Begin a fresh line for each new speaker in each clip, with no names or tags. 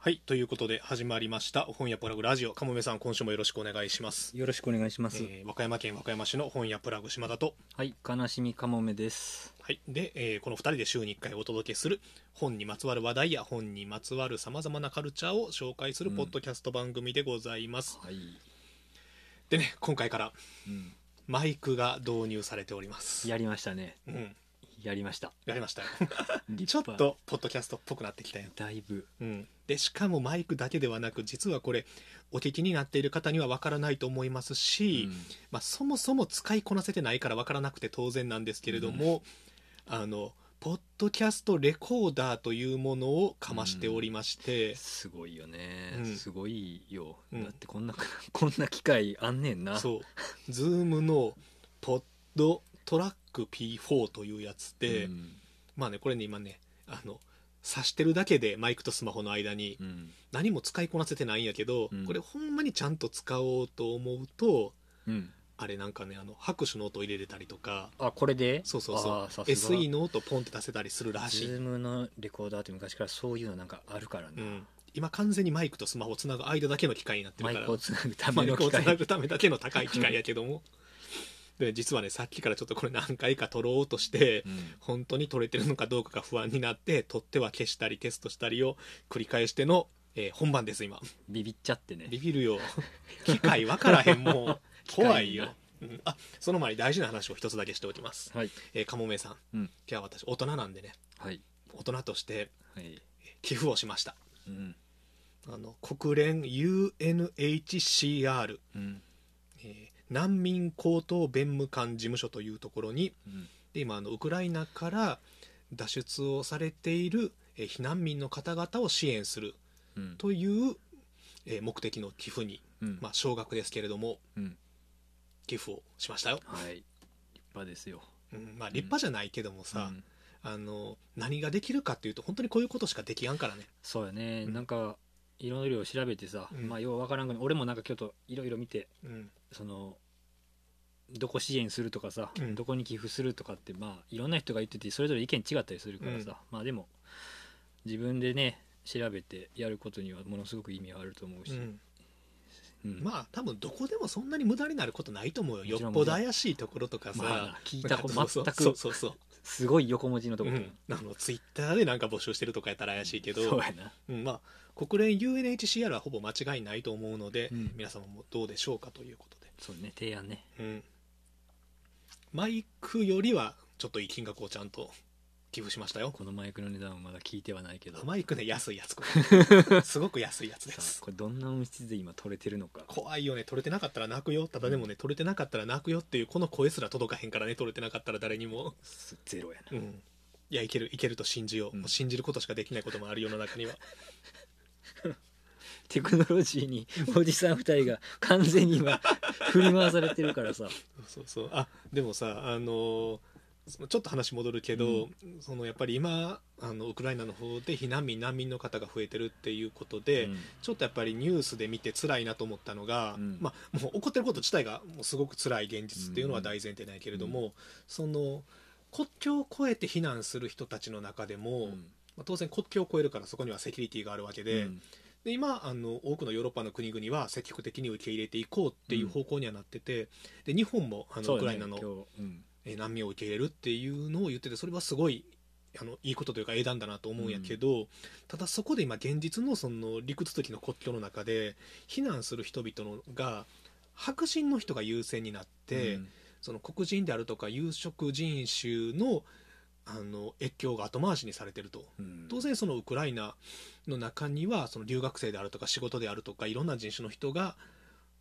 はい、ということで始まりました本屋プラグラジオかもめさん今週もよろしくお願いします、
よろしくお願いしま
え
す。
ー和歌山県和歌山市の本屋プラグ島田と
はい、悲しみかもめです。
はいで、えーこの2人で週に1回お届けする本にまつわる話題や本にまつわるさまざまなカルチャーを紹介する
うん
ポッドキャスト番組でございます、
はい。
でね今回から
うん、
マイクが導入されております
やりましたね。
うん、
やりました。
やりましたよ ち
ち
ょっ。とポッドキャストっぽくなってきたよ、
だいぶ。
うん、でしかもマイクだけではなく実はこれお聞きになっている方にはわからないと思いますし、
うん
まあ、そもそも使いこなせてないから分からなくて当然なんですけれども、あのポッドキャストレコーダーというものをかましておりまして、
すごいよね。
うん
すごいよ。
うん
だってこんな こんな機会あんねんな。う。
そうズームのポッドトラック P4 というやつで、
ん、
まあねこれね今ねあの挿してるだけでマイクとスマホの間に
うん、
何も使いこなせてないんやけど、
うん
これほんまにちゃんと使おうと思うと
うん。
あれなんかねあの拍手の音入れれたりとか
あ、これで。
そうそうそう
あーさすが
SE。の音ポンって出せたりするらしい
ズームのレコーダーって昔からそういうのなんかあるから
う
な。
ん、今完全にマイクとスマホをつなぐ間だけの機械になってる
マ
か
イ
ら
クをつなぐた
マ
め
イ
の
ク
機
をつな
械。
ぐためだけの高い機械やけどもで実はねさっきからちょっとこれ何回か撮ろうとして
うん
本当に撮れてるのかどうかが不安になって撮っては消したりテストしたりを繰り返しての、えー本番です今
ビビっちゃってね
ビ。ビるよ機械分からへんもう
械な
怖いよ、うん、あその前に大事な話を一つだけしておきます、
はい。
えー、かもめさん、
うん
今日は私大人なんでね
はい。
大人として
はい。
寄付をしました
うん。
あの国連 UNHCR、
うん。
えー難民高等弁務官事務所というところに
うん。
で今あのウクライナから脱出をされている、えー避難民の方々を支援する
うん。
という、えー目的の寄付に、
うん
まあ、少額ですけれども
うん。
寄付をしましたよ、
はい。立派ですよ。
うんまあ、立派じゃないけどもさ、
うん
あの何ができるかっていうと本当にこういうことしかできやんからね
そうやね、
うん
なんかいろいろ調べてさ、
うん
まあようわからんけど俺もなんか京都いろいろ見て
うん
そのどこ支援するとかさ、
うん
どこに寄付するとかってまあいろんな人が言っててそれぞれ意見違ったりするからさ、
うん
まあでも自分でね調べてやることにはものすごく意味はあると思うし、
うん
うん
まあ多分どこでもそんなに無駄になることないと思うよ
もちろん
よっぽど怪しいところとかさ、
まあな聞いたこと
なんかそう
全
そう
く
そうそう
すごい横文字のと
う
こ、
ん、あのツイッターでなんか募集してるとかやったら怪しいけど、
そうやな
うんまあ、国連 UNHCR はほぼ間違いないと思うので、
うん
皆様もどうでしょうかということ
そうね提案ね
で、うん、マイクよりはちょっといい金額をちゃんと寄付しましたよ
このマイクの値段はまだ聞いてはないけど
マイクね安いやつこ れすごく安いやつで
さ
す
あこれどんな音質で今撮れてるのか
怖いよね取れてなかったら泣くよただでもね取れてなかったら泣くよっていうこの声すら届かへんからね取れてなかったら誰にも
すゼロやな
うんいやいけるいけると信じよう、
うん
もう信じることしかできないこともある世の中には
テクノロジーにおじさん2人が完全に今振り回されてるから
そ
さ、
うそうそうあでもさあのそのちょっと話戻るけど、そのやっぱり今あのウクライナの方で避難民難民の方が増えてるっていうことで、
うん
ちょっとやっぱりニュースで見て辛いなと思ったのが、
うん
まあ、もう起こってること自体がもうすごく辛い現実っていうのは大前提ないけれども、その国境を越えて避難する人たちの中でも、
うん
まあ、当然国境を越えるからそこにはセキュリティがあるわけで,、
うん
で今あの多くのヨーロッパの国々は積極的に受け入れていこうっていう方向にはなってて、で日本もあの
そう
ウ
だ
クラ
ね
イナの
今日うん
えー難民を受け入れるっていうのを言っててそれはすごいあのいいことというか英断だなと思うんやけど、ただそこで今現実のその陸続きの国境の中で避難する人々のが白人の人が優先になって、
うん
その黒人であるとか有色人種のあの越境が後回しにされてると。
うん
当然そのウクライナの中にはその留学生であるとか仕事であるとかいろんな人種の人が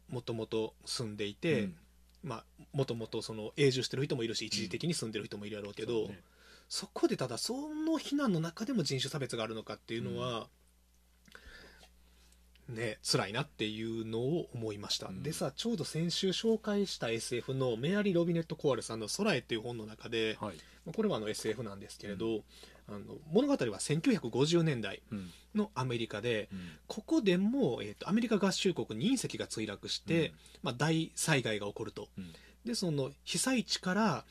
もともと住んでいて、
うん
まあ、もともとその永住してる人もいるし一時的に住んでる人もいるやろうけど、
そうね
そこでただその避難の中でも人種差別があるのかっていうのは、ね辛いなっていうのを思いました、
うん
でさちょうど先週紹介した SF のメアリー・ロビネット・コアルさんの「空へ」っていう本の中で、
はい
まあこれはあの SF なんですけれど、あの物語は1950年代
うん
のアメリカで
うん
ここでも、えー、とアメリカ合衆国に隕石が墜落して、まあ、大災害が起こると
うん
でその被災地から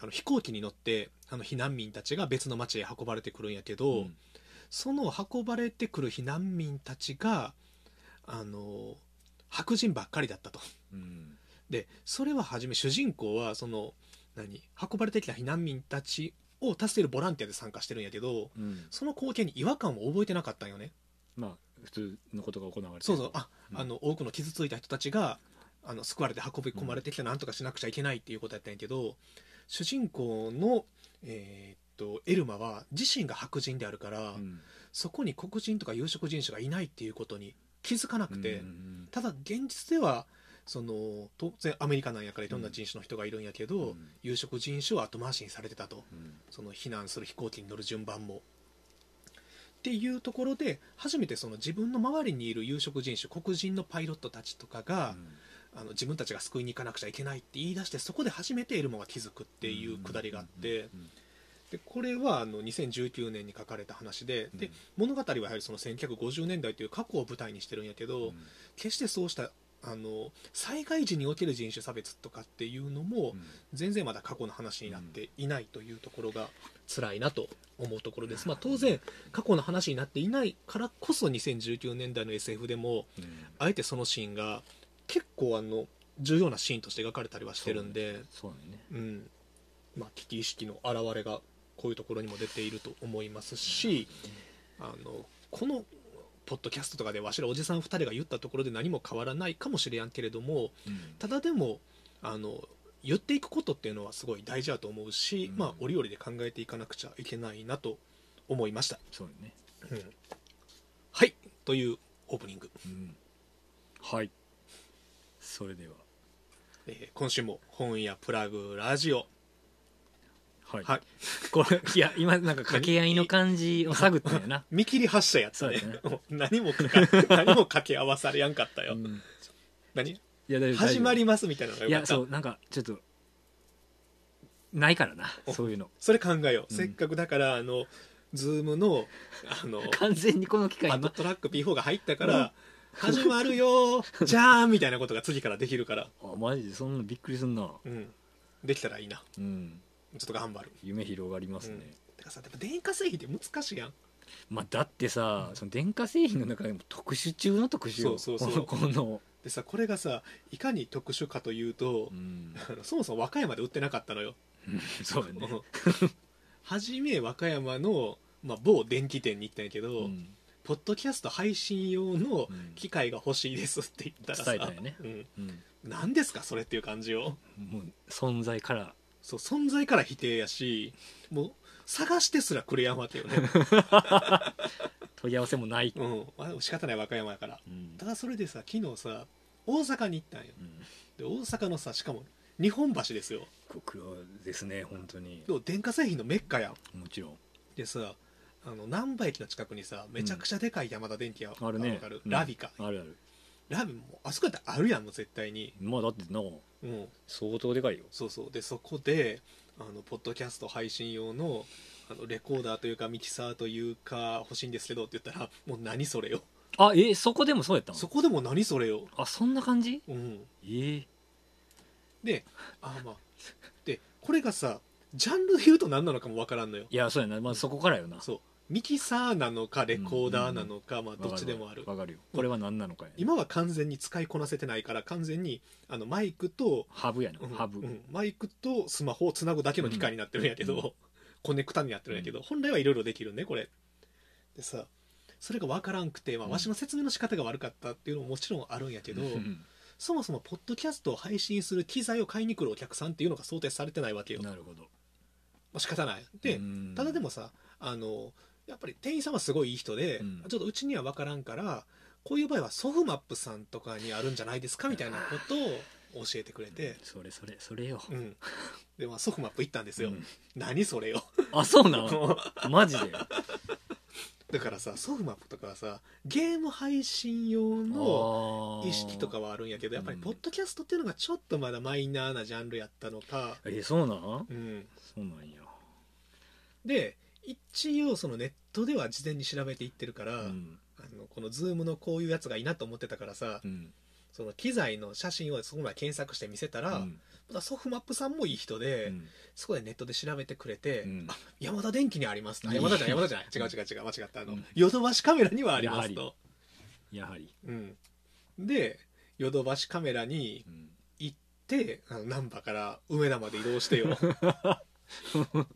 あの飛行機に乗ってあの避難民たちが別の町へ運ばれてくるんやけど、
うん
その運ばれてくる避難民たちがあの白人ばっかりだったと。
うん
でそれは初め主人公はその何運ばれてきた避難民たちを助けるボランティアで参加してるんやけど
うん
その光景に違和感を覚えてなかったんよね
まあ普通のことが行われて
そうそうあ,、
うん
あの多くの傷ついた人たちがあの救われて運び込まれてきたなんとかしなくちゃいけないっていうことやったんやけど主人公の、えーっとエルマは自身が白人であるから、
うん
そこに黒人とか有色人種がいないっていうことに気づかなくて、
うんうん
ただ現実ではその当然アメリカなんやからいろんな人種の人がいるんやけど、
うん
有色人種は後回しにされてたと
うん
その避難する飛行機に乗る順番も。っていうところで初めてその自分の周りにいる有色人種黒人のパイロットたちとかが、あの自分たちが救いに行かなくちゃいけないって言い出してそこで初めてエルモが気づくっていうくだりがあって、
うん
でこれはあの2019年に書かれた話で,、で物語はやはりその1950年代という過去を舞台にしてるんやけど、
うん
決してそうしたあの災害時における人種差別とかっていうのも
うん
全然まだ過去の話になっていないというところが辛いなと思うところです、まあ、当然過去の話になっていないからこそ2019年代の SF でも
うん
あえてそのシーンが結構あの重要なシーンとして描かれたりはしてるんで
そうなんね
うんまあ、危機意識の表れがこういうところにも出ていると思いますしあのこのポッドキャストとかでわしらおじさん2人が言ったところで何も変わらないかもしれやんけれども
うん
ただでもあの言っていくことっていうのはすごい大事だと思うし、
うん
まあ折々で考えていかなくちゃいけないなと思いました。
そうよね
うんはいというオープニング、
うんはいそれでは
えー今週も本屋プラグラジオ
はい、
はい
これいや今なんか掛け合いの感じを探ったんやな、
見切り発車やつね
そうや
何 も かか何も掛け合わされやんかったよ、
うん
何
いや大丈夫
始まりますみたいなのが
い
よか
や
った
そうなんかちょっとないからな
お
そういうの
それ考えよう、
うん
せっかくだからあのズームのあ の
完全にこの機会
パッド
今
トラック P4 が入ったから「始まるよ ーじゃーん」みたいなことが次からできるから、
あマジでそんなびっくりすんな
うん、できたらいいな
うん
ちょっと頑張る
夢広がりますね、
てかさやっぱ電化製品って難しいやん
まあだってさその電化製品の中でも特殊中の特殊よ
そうそうそう
このこの、
でさこれがさいかに特殊かというと
う、 ん、
あのそもそも和歌山で売ってなかったのよ
そうよね、
はじめ和歌山の、まあ、某電気店に行ったんやけ
う
ど、
ん
ポッドキャスト配信用の
うん
機械が欲しいですって言ったらさ、
伝えたんやね
うん、
うん、
何ですかそれっていう感じを
もう存在から
そう存在から否定やしもう探してすらくれやんわけよね、
問い合わせもない、
うんあ、仕方ない和歌山やから
うん
ただそれでさ昨日さ大阪に行ったんよ
うん、
で大阪のさしかも日本橋ですよ
国はですね本当に
でも電化製品のメッカやん
もちろん
でさあの難波駅の近くにさめちゃくちゃでかい山田電機や、
あるね
わかる
うん
ラビカ、
あるある
ラビもうあそこやったらあるやんもう絶対に
まあだってな
うん
相当でかいよ
そうそうでそこであのポッドキャスト配信用のあのレコーダーというかミキサーというか欲しいんですけどって言ったらもう何それよ
あえそこでもそうやったの
そこでも何それよ
あそんな感じ
うん
ええ
であまあでこれがさジャンルで言うと何なのかもわからんのよ
いやそうやな、まあ、そこからよな
そうミキサーなのかレコーダーなのか、まあ、どっちでもある
わかるよこれは何なのかやね、
今は完全に使いこなせてないから完全にあのマイクと、
ハブやな、
うん
ハブ、
うんマイクとスマホをつなぐだけの機械になってるんやけど、
うん
コネクタになってるんやけど、本来はいろいろできるねこれでさそれが分からんくて、まあ、
うん
わしの説明の仕方が悪かったっていうのももちろんあるんやけど、
うん
そもそもポッドキャストを配信する機材を買いに来るお客さんっていうのが想定されてないわけよ、ま
なるほど
あ、仕方ないで、
うん
ただでもさあのやっぱり店員さんはすごいいい人で、
うん
ちょっとうちには分からんからこういう場合はソフマップさんとかにあるんじゃないですかみたいなことを教えてくれて、
それそれそれよ、
うん、で、まあ、ソフマップ行ったんですよ、
うん
何それよ
あそ うな のマジで
だからさソフマップとかはさゲーム配信用の意識とかはあるんやけどやっぱり
うん
ポッドキャストっていうのがちょっとまだマイナーなジャンルやったのか、
あーえそうなん
うん、
そうなんや、
で一応そのネットでは事前に調べていってるから、
うん
あのこのズームのこういうやつがいいなと思ってたからさ、
うん
その機材の写真をそこまで検索して見せたら、
うん
またソフマップさんもいい人で、
うん
そこでネットで調べてくれて、
うん
あ山田電機にありますとあ
うん
山田じゃない山田じゃない違う違う違う間違ったあ
う
の
ん
ヨドバシカメラにはあります
やは
と、
やはり、
うん、でヨドバシカメラに
うん
行ってあの難波から梅田まで移動して よ、う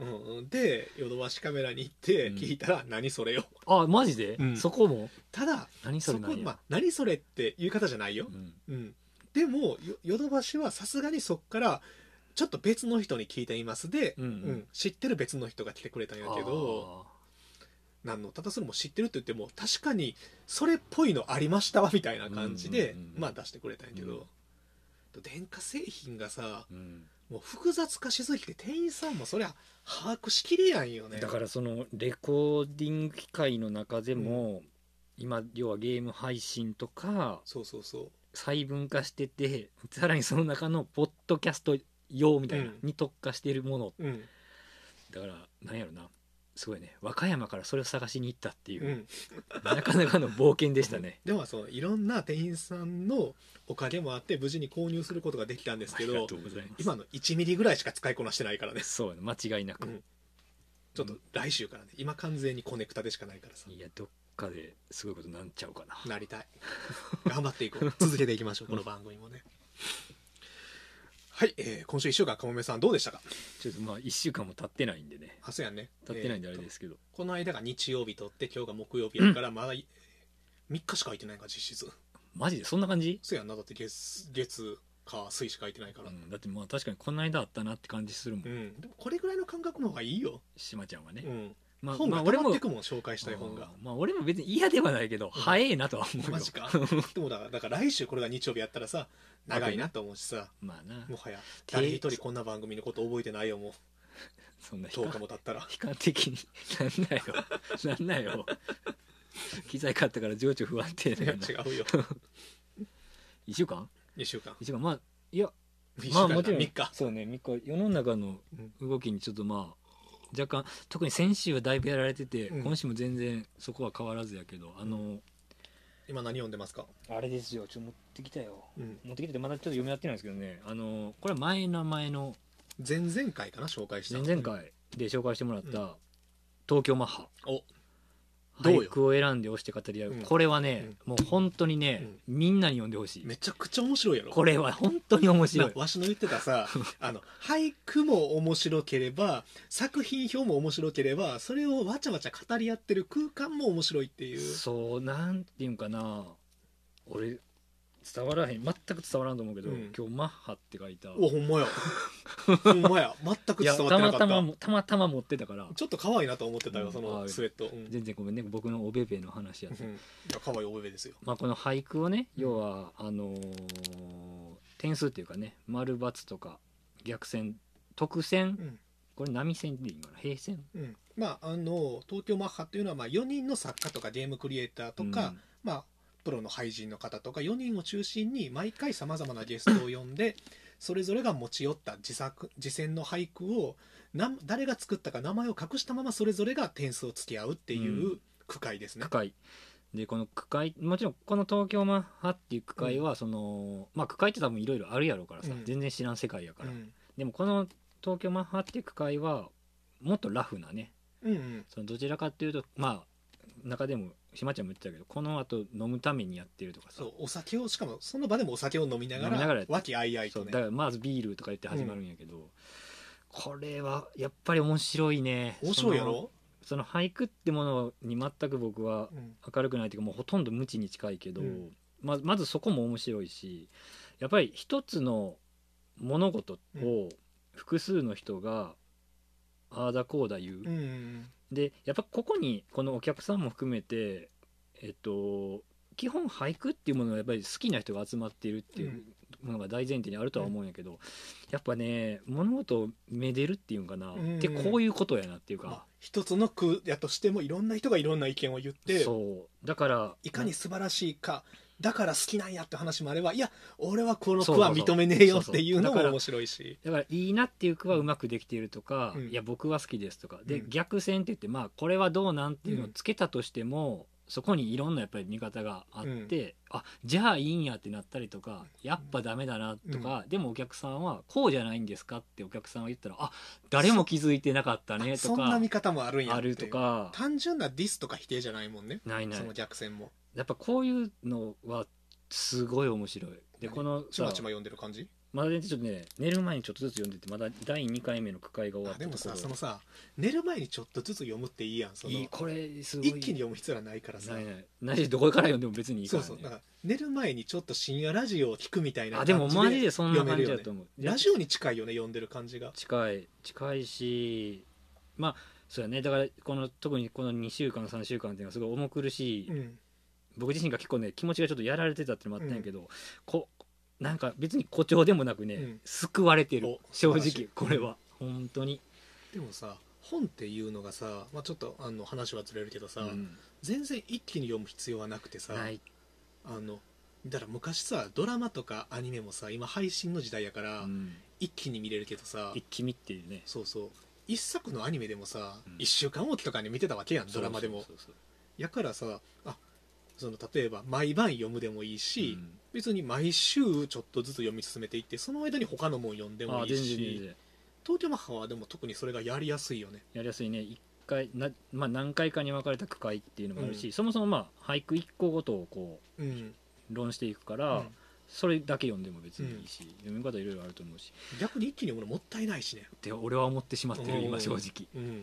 んうん、でヨドバシカメラに行って
うん
聞いたら「何それよ
あマジで、
うん
そこも」
ただ
何そ
そ
れ
こ
なんや
まあ何それって言い方じゃないよ
う、ん
うん、でもよヨドバシはさすがにそっからちょっと別の人に聞いていますで、
うんうん
うん知ってる別の人が来てくれたんやけどなんのただそれも知ってるって言っても確かにそれっぽいのありましたわみたいな感じで、
うんうんうん
まあ出してくれたんやけど、電化製品がさ
あーうん
もう複雑化しすぎて店員さんもそりゃ把握しきれやんよね
だからそのレコーディング機械の中でも、今要はゲーム配信とか
そうそうそ
細分化してて さらにその中のポッドキャスト用みたいな、
うん
に特化しているもの
ううん、
だからなんやろなすごいね和歌山からそれを探しに行ったっていうう、
ん、
なかなかの冒険でしたね
でもそのいろんな店員さんのおかげもあって無事に購入することが できたんですけ
あり
ど
がとうございます
今の1ミリぐらいしか使いこなしてないからね
そうやな間違いなく、
うんちょっと来週からね今完全にコネクタでしかないからさ
いやどっかですごいことなんちゃうかな
なり たい頑張っていこう続けていきましょうこの番組もねはい、えー今週1週間かもめさんどうでしたか
ちょっとまあ1週間も経ってないんでね
あそうやんね
経ってないんであれ
え
で
ーと
すけど、
この間が日曜日とって今日が木曜日やからまだ3日しか空いてないから実質
マジでそんな感じ、
そうやんなだって月月火水しか空いてないから
うんだってまあ確かにこの間あったなって感じするもん、
うん、でもこれぐらいの感覚の方がいいよ、
しまちゃんはね、
うん、
まあ
本
ま
が
あ
溜
俺
まっ
も
てくもん紹介したい本が
あーまあ俺も別に嫌ではないけど、
うん
早えなとは思うよ
マジかでもだからだから来週これが日曜日やったらさ長いなと思うしさ
まあな
もはや
定
誰一人こんな番組のこと覚えてないよも
そんな
う
悲
10日
観
も経ったら
悲観的に なんだよなんだよ機材買ったから情緒不安定
い
だ
や
よな
違う よ
1週間
2週間
1週間まあいや
1週
まあ
間
も
だ
ちろん
3日
そうね3日世の中の動きにちょっとまあ若干特に先週はだいぶやられてて、
うん
今週も全然そこは変わらずやけどあの
今何読んでますか、
あれですよちょっと持ってきたよ
うん、
持ってきててまだちょっと読み合ってないんですけどねあのこれは前の前の
前々回かな紹介した
前々回で紹介してもらった「東京マッハ」
おどうよ
俳句を選んで押して語り合う、
うん
これはね、もう本当にね、みんなに読んでほしい、
めちゃくちゃ面白いやろ
これは本当に面白い
なわしの言ってた さあの俳句も面白ければ作品表も面白ければそれをわちゃわちゃ語り合ってる空間も面白いっていう
そうなんていうんかな俺伝わらへん全く伝わらんと思うけど、
うん
今日マッハって書いた
うわほんまやほんまや全く
い
伝
や
わったてなか
ま
った
たまたまたま持ってたから
ちょっと可愛いなと思ってた
う
よ
ん
そ
あ
の
ー
スウェット、うん
全然ごめんね僕のおべべの話やった、
うんいや可愛いおべですよ
まあ、この俳句をね
うん
要は、あのー点数っていうかね丸×とか逆線特線、
うん
これ波線でいいんかな平線
うん、まああの東京マッハっていうのはまあ4人の作家とかゲームクリエイターとか、まあ、プロの俳人の方とか4人を中心に毎回さまざまなゲストを呼んでそれぞれが持ち寄った自作自選の俳句をな誰が作ったか名前を隠したままそれぞれが点数を付き合うっていうう区会です
うん
ね
区。会でこの区会もちろんこの東京マッハっていう区会はその、まあ区会って多分いろいろあるやろうからさ、
うん
全然知らん世界やか
う
ら、
ん
でもこの東京マッハっていう区会はもっとラフなね
うんうん
そのどちらかっていうとまあ中でもしまちゃんも言ってたけどこの後飲むためにやってるとかさ
そうお酒をしかもその場でもお酒を飲みなが
飲みなが
ら
らやって
和気あいあい
そ
と
う
ね
だからまずビールとか言って始まるんやけど、これはやっぱり面白いね
面白いやろ、
そのその俳句ってものに全く僕は
うん
明るくないというかもうほとんど無知に近いけど、
うん
ままずそこも面白いしやっぱり一つの物事を複数の人がああだこうだ言う、
うんうん
でやっぱここにこのお客さんも含めてえっと基本俳句っていうものがやっぱり好きな人が集まっているっていうものが大前提にあるとは思うんやけど、やっぱね物事をめでるっていうんかな、
うんうん
でこういうことやなっていう
まあ
か、、
一つの区やとしてもいろんな人がいろんな意見を言って
そうだから
いかに
そ
素晴らしいかだから好きなんやって話もあればいや俺はこの句
そうそう
は
そう
認めねえよっていう
そ
の
うそうだか
も
ら
面白いし
だからいいなっていう句はうまくできているとか、
うん
いや僕は好きですとかで、
うん
逆線って言ってまあこれはどうなんっていうのを
うん
つけたとしても、そこにいろんなやっぱり見方があって、あじゃあいいんやってなったりとかやっぱダメだなとか、でもお客さんはこうじゃないんですかってお客さんが言ったらあ誰も気づいてなかったね
そ
と
んな
か
見方もあるんや
あ
ってい
る
う
とか
単純なディスとか否定じゃないもんね
ないない
その逆線も
やっぱこういうのはすごい面白いで
ね
この
ち
さ
まちま読んでる感じ
まだねちょっとね寝る前にちょっとずつ読んでてまだ第2回目の句会が終わっ
あ
た
でも
とこ
さそ
ろ
のさ寝る前にちょっとずつ読むっていいやんその
いいこれすごい
一気に読む必要はないからさ
ないないないしどこから読んでも別にいいか
そ
ら
うそ
ね
うだから寝る前にちょっと深夜ラジオを聞くみたいな
あ
感
で
じで
もマジでそんな感じだと思う、
ラジオに近いよね読んでる感じが
近い近いしまあそうやねだからこの特にこの2週間3週間っていうのはすごい重苦しい、
うん
僕自身が結構ね気持ちがちょっとやられてたっていうのもあったんやけど、こなんか別に誇張でもなくね、
うん
救われてる
お
正
素晴らし
直
い
これは本当に、
でもさ本っていうのがさ、まあ、ちょっとあの話はずれるけどさ、
うん
全然一気に読む必要はなくてさ
ない
あのだから昔さドラマとかアニメもさ今配信の時代やから、
うん
一気に見れるけどさ
一気見っていうね
そうそう一作のアニメでもさ、
うん
一週間おきとかに見てたわけやんドラマでも
そうそうそう
やからさあその例えば毎晩読むでもいい
そう
し、別に毎週ちょっとずつ読み進めていってその間に他のもん読んで
うんあ
もいい
全然全
し
然
東京マッハはでも特にそれがやりやすいよね
やりやすいね一回な、まあ、何回かに分かれた区会っていうのもあるし、そもそもまあ俳句一個ごとをこう
うん、
論していくか
う
ら、
ん
それだけ読んでも別にいいし、読み方いろいろあると思うし
逆に一気に読むのもったいないしね
で俺は思ってしまって
う
る
ん
今正直
うん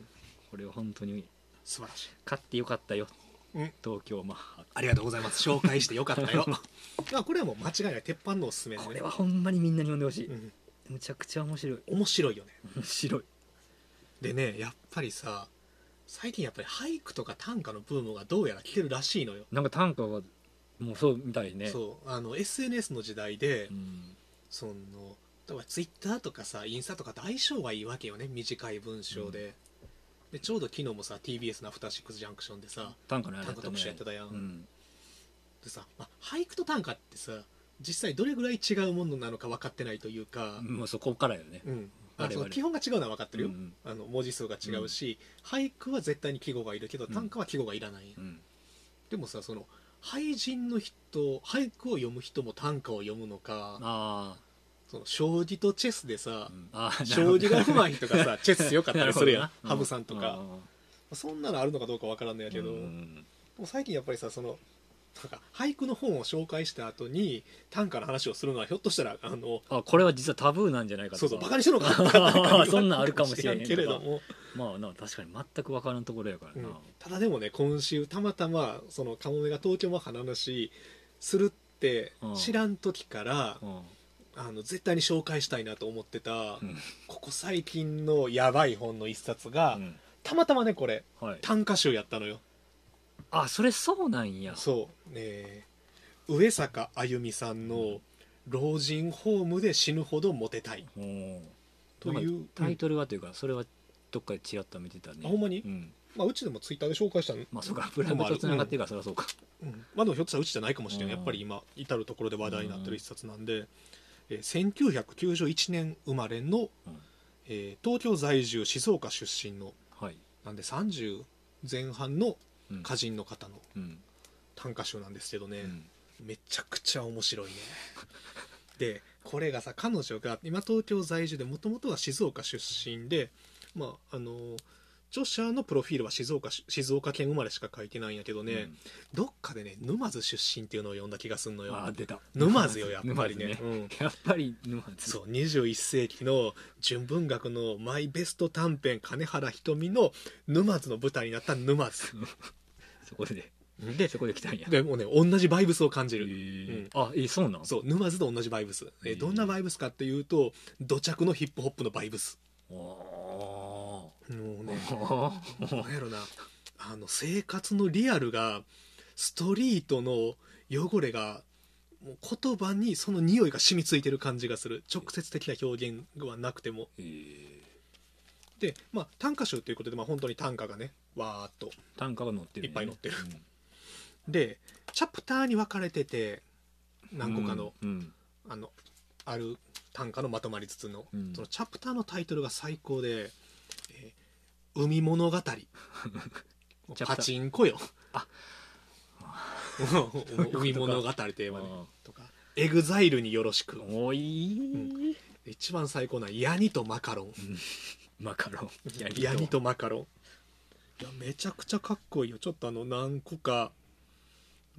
これは本当に
素晴らしい
買ってよかったよ、
うん
東京マッハ
ありがとうございます紹介してよかったよ まあこれはもう間違いない鉄板のおすすめでね
これはほんまにみんなに読んでほしい、
うん、
むちゃくちゃ面白い
面白いよね
面白い
でねやっぱりさ最近やっぱり俳句とか短歌のブームがどうやら来てるらしいのよ、
なんか短歌はもうそうみたいねう、
そうあの SNS の時代で、
ん、
その例えばツイッターとかさインスタとかって相性がいいわけよね短い文章で,、でちょうど昨日もさ TBS の「アフターシックスジャンクション」でさ
短歌のやつ
短歌特集やってたやん、
うん、
でさ、まあ、俳句と短歌ってさ実際どれぐらい違うものなのか分かってないというか、
もうそこからよね、
うんあ
我々
その基本が違うのは分かってるよ、
うん
あの文字数が違うし、俳句は絶対に季語がいるけど短歌は季語がいらない、
うん、
でもさその俳人の人俳句を読む人も短歌を読むのか
あ
その将棋とチェスでさ
ー、、うんあーな
将
るほど
棋が上手い人が さチェス強かったりするや
なんほどな
羽生さんとか、
う
ま
ん
あそんなのあるのかどうかわからんのやけど、
うん
もう最近やっぱりさそのなんか俳句の本を紹介した後に短歌の話をするのはひょっとしたらあの
あこれは実はタブーなんじゃないか
そ
とか
うそうバカにしてるのかなって
あーそんなんあるかもしれへんとか
けれども、
まあな確かに全く分からんところや から
う
な、
んただでもね今週たまたまそのカモメが東京マッハの話するって
うん
知らん時から、
うん
あの絶対に紹介したいなと思ってた、
うん
ここ最近のやばい本の一冊が、たまたまねこれ
はい、
短歌集やったのよ
あそれそうなんや
そうね上坂あゆみさんの「老人ホームで死ぬほどモテたい
うん」
とい
なん
う
かタイ
ル、
トルはというかそれはどっかでちらっと見てたね
あほんまに、う
うん
まあ、うちでもツイッターで紹介したの、
まあそうかプライムとつながってるからそりゃそうか
うんまあでもひょっとしたらうちじゃないかもしれない、
うん
やっぱり今至る所で話題になってる一冊なんで、えー1991年生まれの、
うん
えー東京在住静岡出身の
はい、
なんで30前半の
うん
歌人の方の
うん
短歌集なんですけどね、
うん
めちゃくちゃ面白いねでこれがさ彼女が今東京在住でもともとは静岡出身でまああの著者のプロフィールは静岡し静岡県生まれしか書いてないんやけどね、どっかでね沼津出身っていうのを読んだ気がすんの
う
よ
ん、あ出た
沼津よやっぱりね
沼津
うん
やっぱり沼津
そう21世紀の純文学のマイベスト短編金原ひとみの沼津の舞台になった沼津
そこで
で
そこで来たんや
でもね同じバイブスを感じ
へ
る、
ー
うん
あえそうなん
そう沼津と同じバイブス、え
へえ
どんなバイブスかっていうと土着のヒップホップのバイブス
お
もう
ー
ね
おー
何やろなあの生活のリアルがストリートの汚れがもう言葉にその匂いが染みついてる感じがする直接的な表現はなくても
えー
でまあ短歌集ということで、まあ、本当に短歌がねわーっと
単価が載ってる、
いっぱい載ってる
うん
でチャプターに分かれてて何個かの、
うんうん
あのある短歌のまとまりつつの、
うん
そのチャプターのタイトルが最高で「 えー海物語」
チャプ ター
パチンコよ「海物語」テーマで
あ
とか「エグザイルによろしく
ーおい、
うんで」一番最高なのはヤニとマカロン」
マカロン
「ヤニとマカロン」いやめちゃくちゃかっこいいよちょっとあの何個か、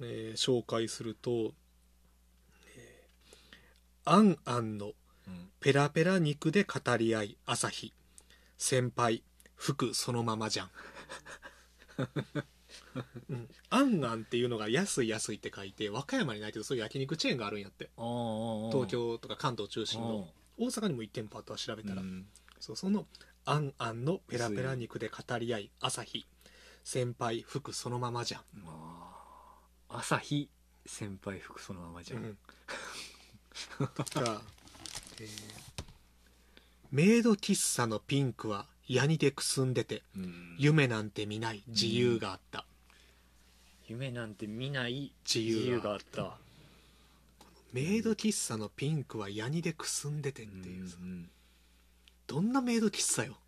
えー紹介すると「えー、アンアンの
うん
ペラペラ肉で語り合い朝日先輩服そのままじゃん、 うん、あんあんっていうのが安い安いって書いて和歌山にないけどそういう焼肉チェーンがあるんやって
あーあーあー
東京とか関東中心の大阪にも1店舗あとは調べ
う
たら、
ん
そうそのあんあんのペラペラ肉で語り合い朝日先輩服そのままじゃん、
あー朝日先輩服そのままじゃん、
うん、 とか、えーメイド喫茶のピンクはヤニでくすんでて
うん
夢なんて見ない自由があった、
夢なんて見ない
自
自
由
由
が
が
あ
あ
っ
ったた
メイド喫茶のピンクはヤニでくすんでてっていうさ、
うんうん
どんなメイド喫茶よ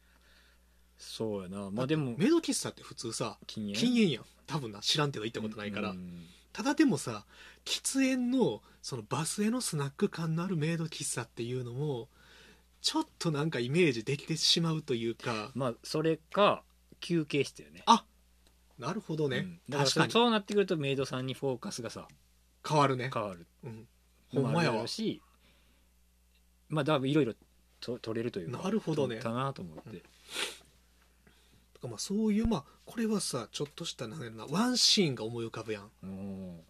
そうやなまあでも
メイド喫茶って普通さ
禁煙
禁煙やん多分な知らんけど行ったことないから、
うん
ただでもさ喫煙のそのバスへのスナック感のあるメイド喫茶っていうのもちょっとなんかイメージできてしまうというか
まあそれか休憩室よね
あなるほど
う
ね
ん、だか
確
らそ
か
う
に
そうなってくるとメイドさんにフォーカスがさ
変わるね
変わる
うんほ
の
ん
も
ま
ある
や
や
わ
ろしまあだいぶいろいろと取れるというか
なるほどね
取ったなと思って、
とかまあそういうまあこれはさちょっとしたなんやろなワンシーンが思い浮かぶやん
うん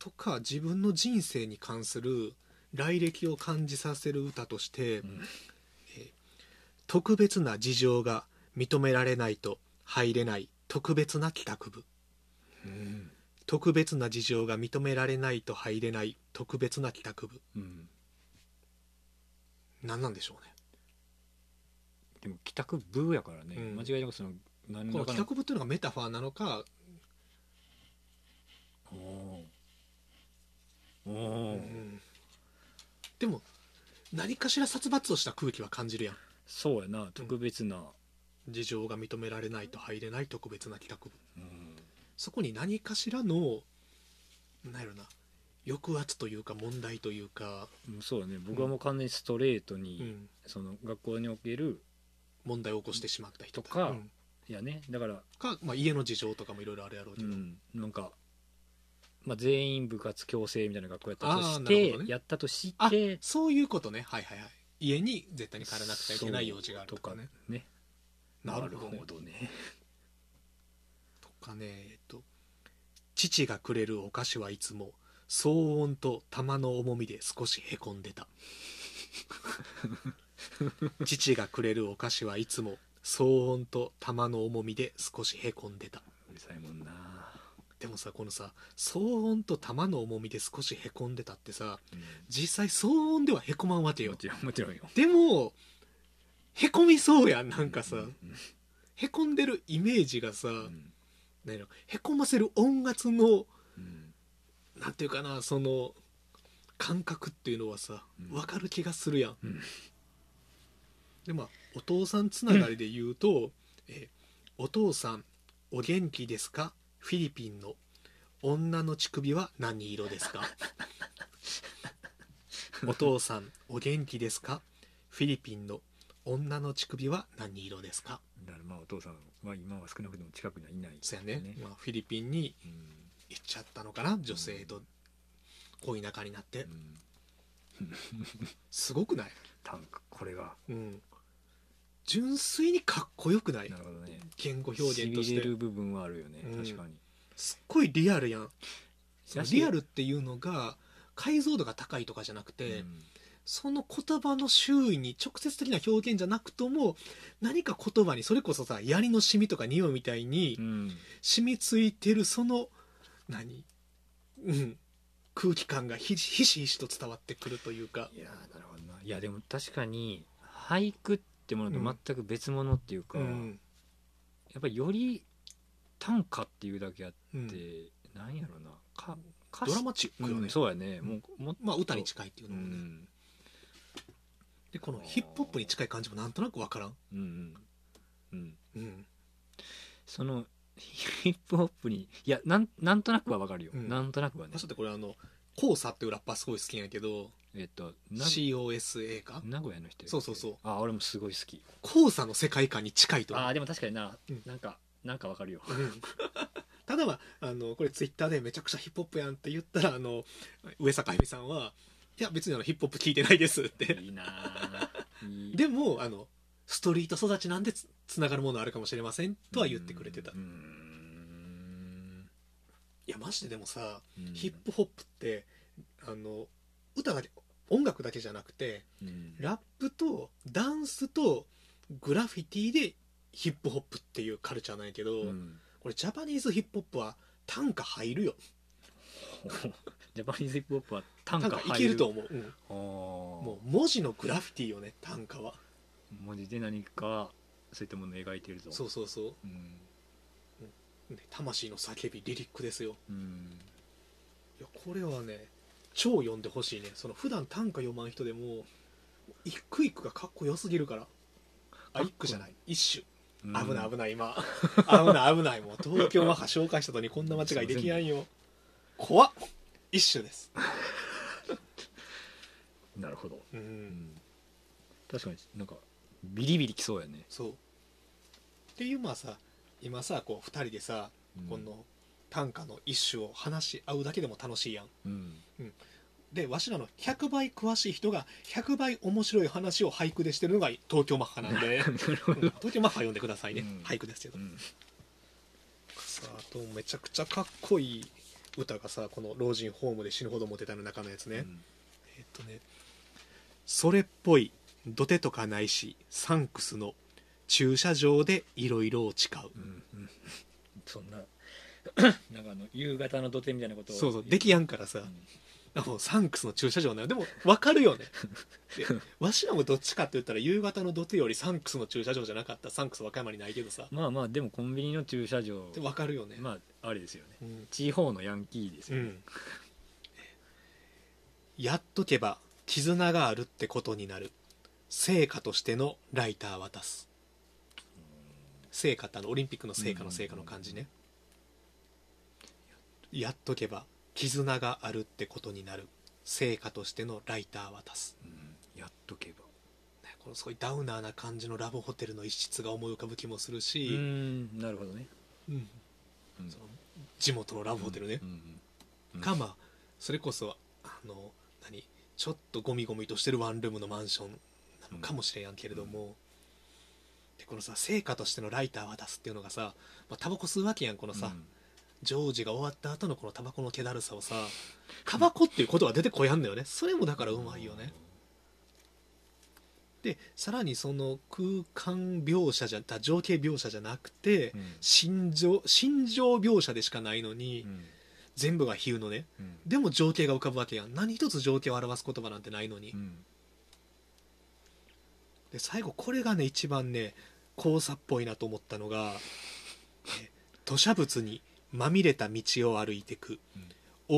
とか自分の人生に関する来歴を感じさせる歌として、
ん
えー特別な事情が認められないと入れない特別な帰宅部
うん
特別な事情が認められないと入れない特別な帰宅部
うん
何なんでしょうね
でも帰宅部やからね、
うん
間違いなくその何
この帰
らかの
宅部っていうのがメタファーなのか
おお、
うんでも何かしら殺伐とした空気は感じるやん
そうやな特別な、
事情が認められないと入れない特別な帰宅部
うん
そこに何かしらのなんやろな抑圧というか問題というか、
うんそうだね僕はもう完全にストレートに、
うん
その学校における
問題を起こしてしまった人
とか
うん
やねだから、
かまあ、家の事情とかもいろいろあるやろうけ
う
ど、
ん、なんか、まあ、全員部活強制みたいな学校やったとし
あーなる
て
ほ、どね
やったとし
あ
て
そういうことねはいはいはい家に絶対に帰らなくちゃいけない用事があるとかね
そうね
なるほどね
どね
とかねえっと父がくれるお菓子はいつも騒音と玉の重みで少しへこん でた父がくれるお菓子はいつも騒音と玉の重みで少しへこんでた
うるさいもんな、
でもさこのさ騒音と玉の重みで少しへこんでたってさ実際騒音ではへこまんわけよ
もちろんもちろんよ
でもへこみそうやんなんかさ、
うん
へこんでるイメージがさ、
うん
なんやろへこませる音圧の
うん
なんていうかなその感覚っていうのはさ
うん
分かる気がするやん、
うん
でまあお父さんつながりで言うと、えーお父さんお元気ですかフィリピンの女の乳首は何色です かお父さんお元気ですかフィリピンの女の乳首は何色ですか
だからまあお父さんは今は少なくとも近くにはいない
そやねまあ、フィリピンに
うん
行っちゃったのかな女性と恋仲になって
うん
すごくない
タンクこれが
うん、純粋にかっこよくない
なるほどね
言語表現とし
痺れ
て
る部分はあるよね、
うん
確かに
すっごいリアルやんその
だし
リアルっていうのが解像度が高いとかじゃなくて、
うん
その言葉の周囲に直接的な表現じゃなくとも何か言葉にそれこそさ槍のシミとか匂いみたいに
うん
染みついてるその何うん空気感がひひしひしと伝わってくるというか
いやーなるほどないやでも確かに俳句ってものと全く別物っていうか、
うん
やっぱりより短歌っていうだけあっ
うん
て、なんやろなか歌詞
ドラマチックよ
う
ね、
んそうやねもうもっと
まあ歌に近いっていう
う
のもね、
ん
でこのヒップホップに近い感じもなんとなくわからん
うんうんうん
うん
その ヒップホップにいやなんなんとなくはわかるよ、
うん
なんとなくはね
ましてこれあの黄砂っていうラッパーすごい好きなんやけど
えっとな
COSA か
名古屋の人
そうそうそう
あ俺もすごい好き
黄砂の世界観に近いと思う
あーでも確かにな、
うん
なんかなんかわかるよ
うんただはあのこれツイッターでめちゃくちゃヒップホップやんって言ったらあの上坂由美さんはいや別にあのヒップホップ聞いてないですって
いいなあいい
でもあのストリート育ちなんでつつながるものあるかもしれませんとは言ってくれてた
うーん
いやましてでもさ
うん
ヒップホップってあの歌だけ音楽だけじゃなくて
うん
ラップとダンスとグラフィティでヒップホップっていうカルチャーなんやけど、
うん
これジャパニーズヒップホップは単価入るよ
ジャパニーズヒップホップは短
単
歌
価
入
いけると思う、うん
も
もう文字のグラフィティよね単価は
う文字で何かそういったものを描いているぞ、
そううそうそ
ん
う、ね魂の叫びリリックですよ
うん、
いやこれはね超読んでほしいねその普段単価読まん人でも一句一句がかっこよすぎるからあ
かっこいい
一句じゃない一首
危
危ない
い
危ない 今危ない危ないもう東京マハ紹介したのにこんな間違いできないよ怖っ一首です
なるほど、
う
うんん、確かになんかビリビリきそうやね、
そうっていうまあさ今さこう2人でさ、
うん
この短歌の一首を話し合うだけでも楽しいやん
うん、
でわしらの100倍詳しい人が100倍面白い話を俳句でしてるのが東京マッハなん で
なるほ
うん
ど、
東京マッハ読んでくださいね、
うん
俳句ですけど
うん
さああとめちゃくちゃかっこいい歌がさこの老人ホームで死ぬほどモテたの中のやつね、
うん
えっとねそれっぽい土手とかないしサンクスの駐車場でいろいろを誓う、
うんうんそんな なんかあの夕方の土手みたいなことを
そうそうできやんからさ、あもうサンクスの駐車場なのでも分かるよね でわしらもどっちかって言ったら夕方の土手よりサンクスの駐車場じゃなかったサンクス和歌山にないけどさ
まあまあでもコンビニの駐車場
で分かるよね、
まああれですよね
うん、
地方のヤンキーです
う
よね、
ん、やっとけば絆があるってことになる成果としてのライター渡す成果ってあのオリンピックの成果の成果の感じねやっとけば絆があるってことになる成果としてのライター渡す
うんやっとけば
ねこのすごいダウナーな感じのラブホテルの一室が思い浮かぶ気もする
う
し、
んなるほどね、
うん
うん
その地元のラブホテルね、
うんうん
かまあそれこそあの何ちょっとゴミゴミとしてるワンルームのマンションなのかもしれんやんけれども、でこのさ成果としてのライターは出すっていうのがさ、まあ、タバコ吸うわけやんこのさ、
うん
ジョージが終わった後のこのタバコの気だるさをさタバコっていうことは出てこやんのよねそれもだからうまいよね、でさらにその空間描写じゃあ情景描写じゃなくて、
うん
心情心情描写でしかないのに、
うん
全部が比喩のね
うん
でも情景が浮かぶわけやん何一つ情景を表す言葉なんてないのに、
うん
で最後これがね一番ね交差っぽいなと思ったのがえ土砂物にまみれた道を歩いてく、
うん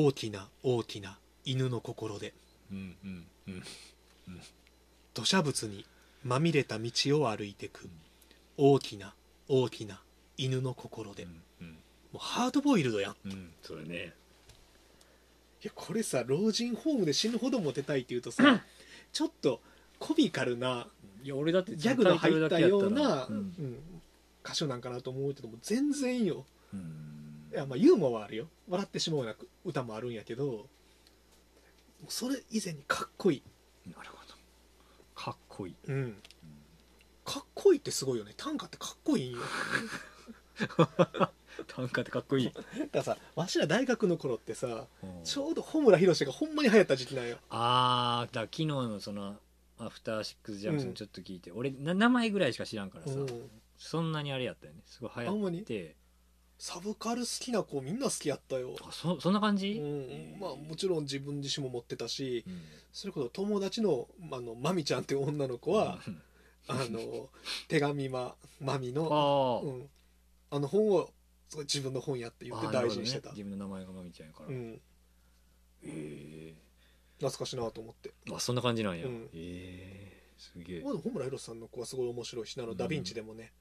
大きな大きな犬の心で
うんうんうん
土砂物にまみれた道を歩いてく、
ん
大きな大きな犬の心で、も
うん
うハードボイルドやんい
うんそれ ね
やこれさ老人ホームで死ぬほどモテたいっていうとさ、ちょっとコミカルない
や俺だって
ギャグの入ったような、
う
うんん、歌手なんかなと思うけども全然いいよ
うん
いやまあユーモアはあるよ笑ってしまうような歌もあるんやけどそれ以前にかっこいい、
なるほどかっこいい
うん、かっこいいってすごいよね短歌ってかっこいいんよ
短歌ってかっこいい
だからさわしら大学の頃ってさ
うん
ちょうど穂村弘がほんまに流行った時期なんよ
ああだから昨日のその「アフターシックスジャンクション」ちょっと聞いて、俺な名前ぐらいしか知らんからさ、
うん
そんなにあれやったよねすごい流
あん
行
ま
っ
に
て
サブカル好きな子みんな好きやったよ、
あそそんな感
う
じ、
ん、まあもちろん自分自身も持ってたし
うん
それこそ友達のあのマミちゃんっていう女の子は、
うん
あの手紙ままみ
あ
のあ,、
ー、
うん、あの本をすごい自分の本やって言って
あー
大事にしてた、
なるほどね自分の名前がまみちゃんやから、
う
へ
ん、
え
懐かしいなと思って、
あそんな感じなんや、
うん
へえすげえ、
まあ、でも穂村弘さんの子はすごい面白いしあ
う
の
ん
ダ・ヴィンチでもね、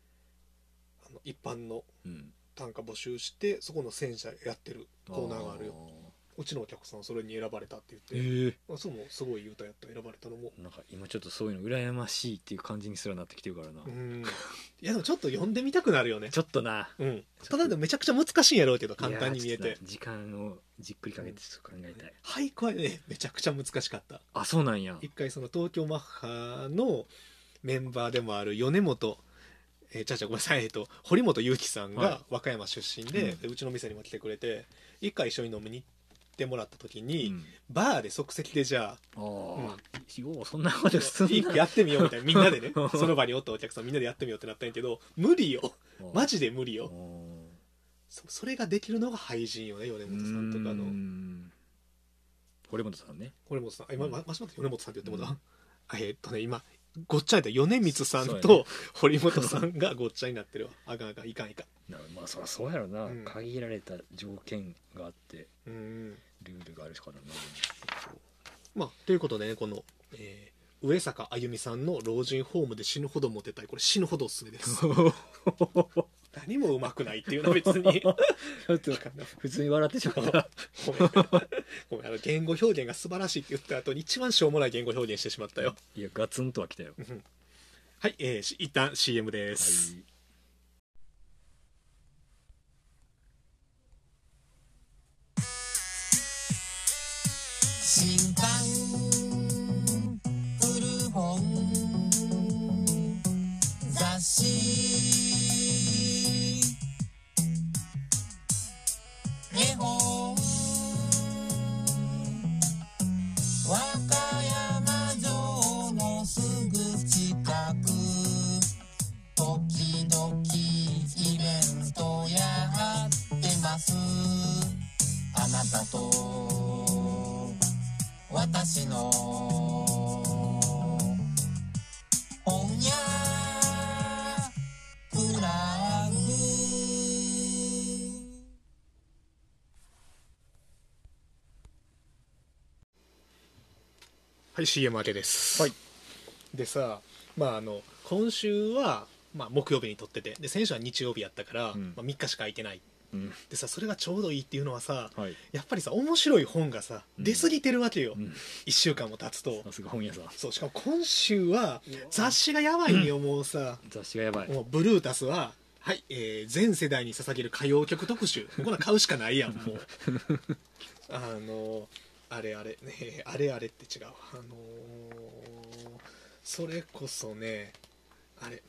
あの一般の
うん
短歌募集してそこの戦車やってるコーナーがあるよ
よ
うちのお客さんそれに選ばれたって
え
言って、まあ、それもすごい言うたやった選ばれたのも
なんか今ちょっとそういうの羨ましいっていう感じにすらなってきてるからな、
うん いやでもちょっと読んでみたくなるよね
ちょっとな
うん、ただでもめちゃくちゃ難しいんやろうけど簡単に見え
いや
て
ーちょっとな時間をじっくりかけてちょっと考えたい、
俳句はねめちゃくちゃ難しかった
あそうなんや
一回その東京マッハのメンバーでもある米本えー、ちゃうちゃうごめんなさい、えっと、堀本裕樹さん
はい
が和歌山出身で,、
うん
でうちの店にも来てくれて一回一緒に飲みに行ってもらった時に、
うん
バーで即席でじゃあ
ああ、ようそんなことすん
一
な
句やってみようみ たいなみんなでねその場におったお客さんみんなでやってみようってなったんやけど無理よマジで無理
よ
よそそれができるのが俳人よね米本さんとかの
堀本さんね
米本さんあ今
うん
まましまって米本さんって言っても
う
だ
ん
あえーっとね今ごっちゃいだ米光さん
そうや
と 堀本さんがごっちゃになってるわ あかんあかんいかんいか
なまあそりゃそうやろな、
うん
限られた条件があって
んうん
ルールがあるからな
まあということでねこの、えー上坂あゆみさんの老人ホームで死ぬほどモテたいこれ死ぬほどおすすめです 何もうまくないっていうのは別に
ちょっと普通に笑ってしまった
ごめんごめんあの言語表現が素晴らしいって言った後に一番しょうもない言語表現してしまったよ
いやガツンとは来たよ、
うんはい、えーし一旦 CM です、
はい
新刊古本雑誌絵本和歌山城のすぐ近く時々イベントやってますあなたと私の本屋クラブ
はい CM 明けです、
はい
でさまああの今週は、まあ、木曜日に撮っててで先週は日曜日やったから、
うん
まあ、3日しか空いてない
うん
でさそれがちょうどいいっていうのはさ
はい
やっぱりさ面白い本がさ
うん
出過ぎてるわけよ、
うん
1週間も経つと
さすが本屋さん
そうしかも今週は
うわ
雑誌がやばいんよ、もうさ
雑誌がやばい
もうブルータスは、はいえー全世代に捧げる歌謡曲特集こんなん買うしかない やんもうあのあれあれねあれあれって違うあのーそれこそねあれ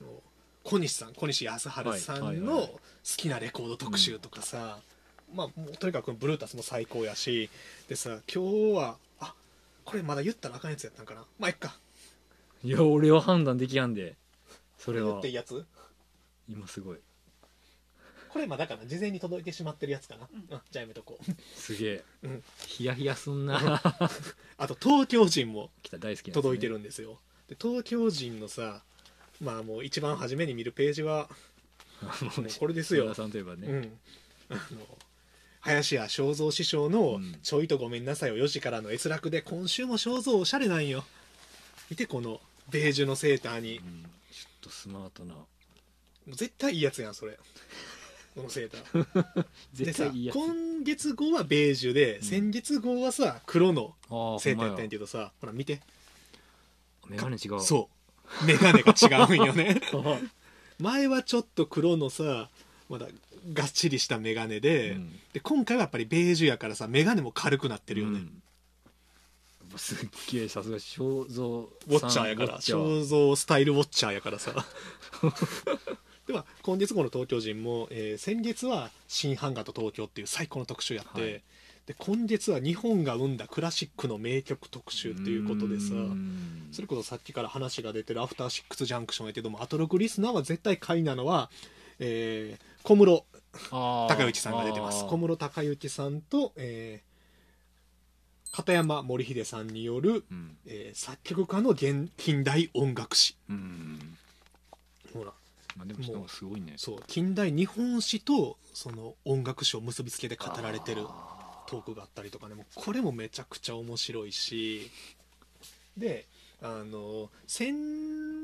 あの小西さん小西康晴さ
はい
ん
はいはいは
の
い
好きなレコード特集とかさ、まあもうとにかくブルータスも最高やしでさ今日はあこれまだ言ったらあかんやつやったんかなまあいっか
いや俺は判断できやんでそれ
言
は
っていいやつ
今すごい
これまあだから事前に届いてしまってるやつかな、うんじゃあやめとこう
すげえ、
うん
ヒヤヒヤすん な
あと東京人も
来た大好きなやつね、
届いてるんですよで東京人のさまあもう一番初めに見るページは
もう
これですよ
島田さんといえばね、
うんあの林家正蔵師匠の
うん
「ちょいとごめんなさい」を4時からの閲楽で今週も正蔵おしゃれなんよ見てこのベージュのセーターに
うんちょっとスマートな
もう絶対いいやつやんそれこのセーターで
絶
さ
対いいやつ
今月号はベージュで、先月号はさ黒の
ああ
セーターやったんやけどさほら見て
メガネ違 う
そう眼鏡が違うんよね
う、
前はちょっと黒のさまだがっちりした眼鏡で、
うん
で今回はやっぱりベージュやからさ眼鏡も軽くなってるよね、
うんやっぱすっげえさすが肖像
ウォッチャーやか
ウォ
ら
ッチャー
肖像スタイルウォッチャーやから さでは今月号の東京人も、えー先月は「新版画と東京」っていう最高の特集やって、
はい
で今月は日本が生んだクラシックの名曲特集っていうことでさ、
うん
それこそさっきから話が出てる「アフターシックスジャンクション」やけどもアトロクリスナーは絶対買いなのは、えー小室
あー
孝之さんが出てます
あー
小室孝之さんと、えー片山森秀さんによる、
うん
えー作曲家の現近代音楽史
うん
ほら
まあでもなんかすごいね
そう近代日本史とその音楽史を結びつけて語られてる
あ
トークがあったりとかねもうこれもめちゃくちゃ面白いしであの先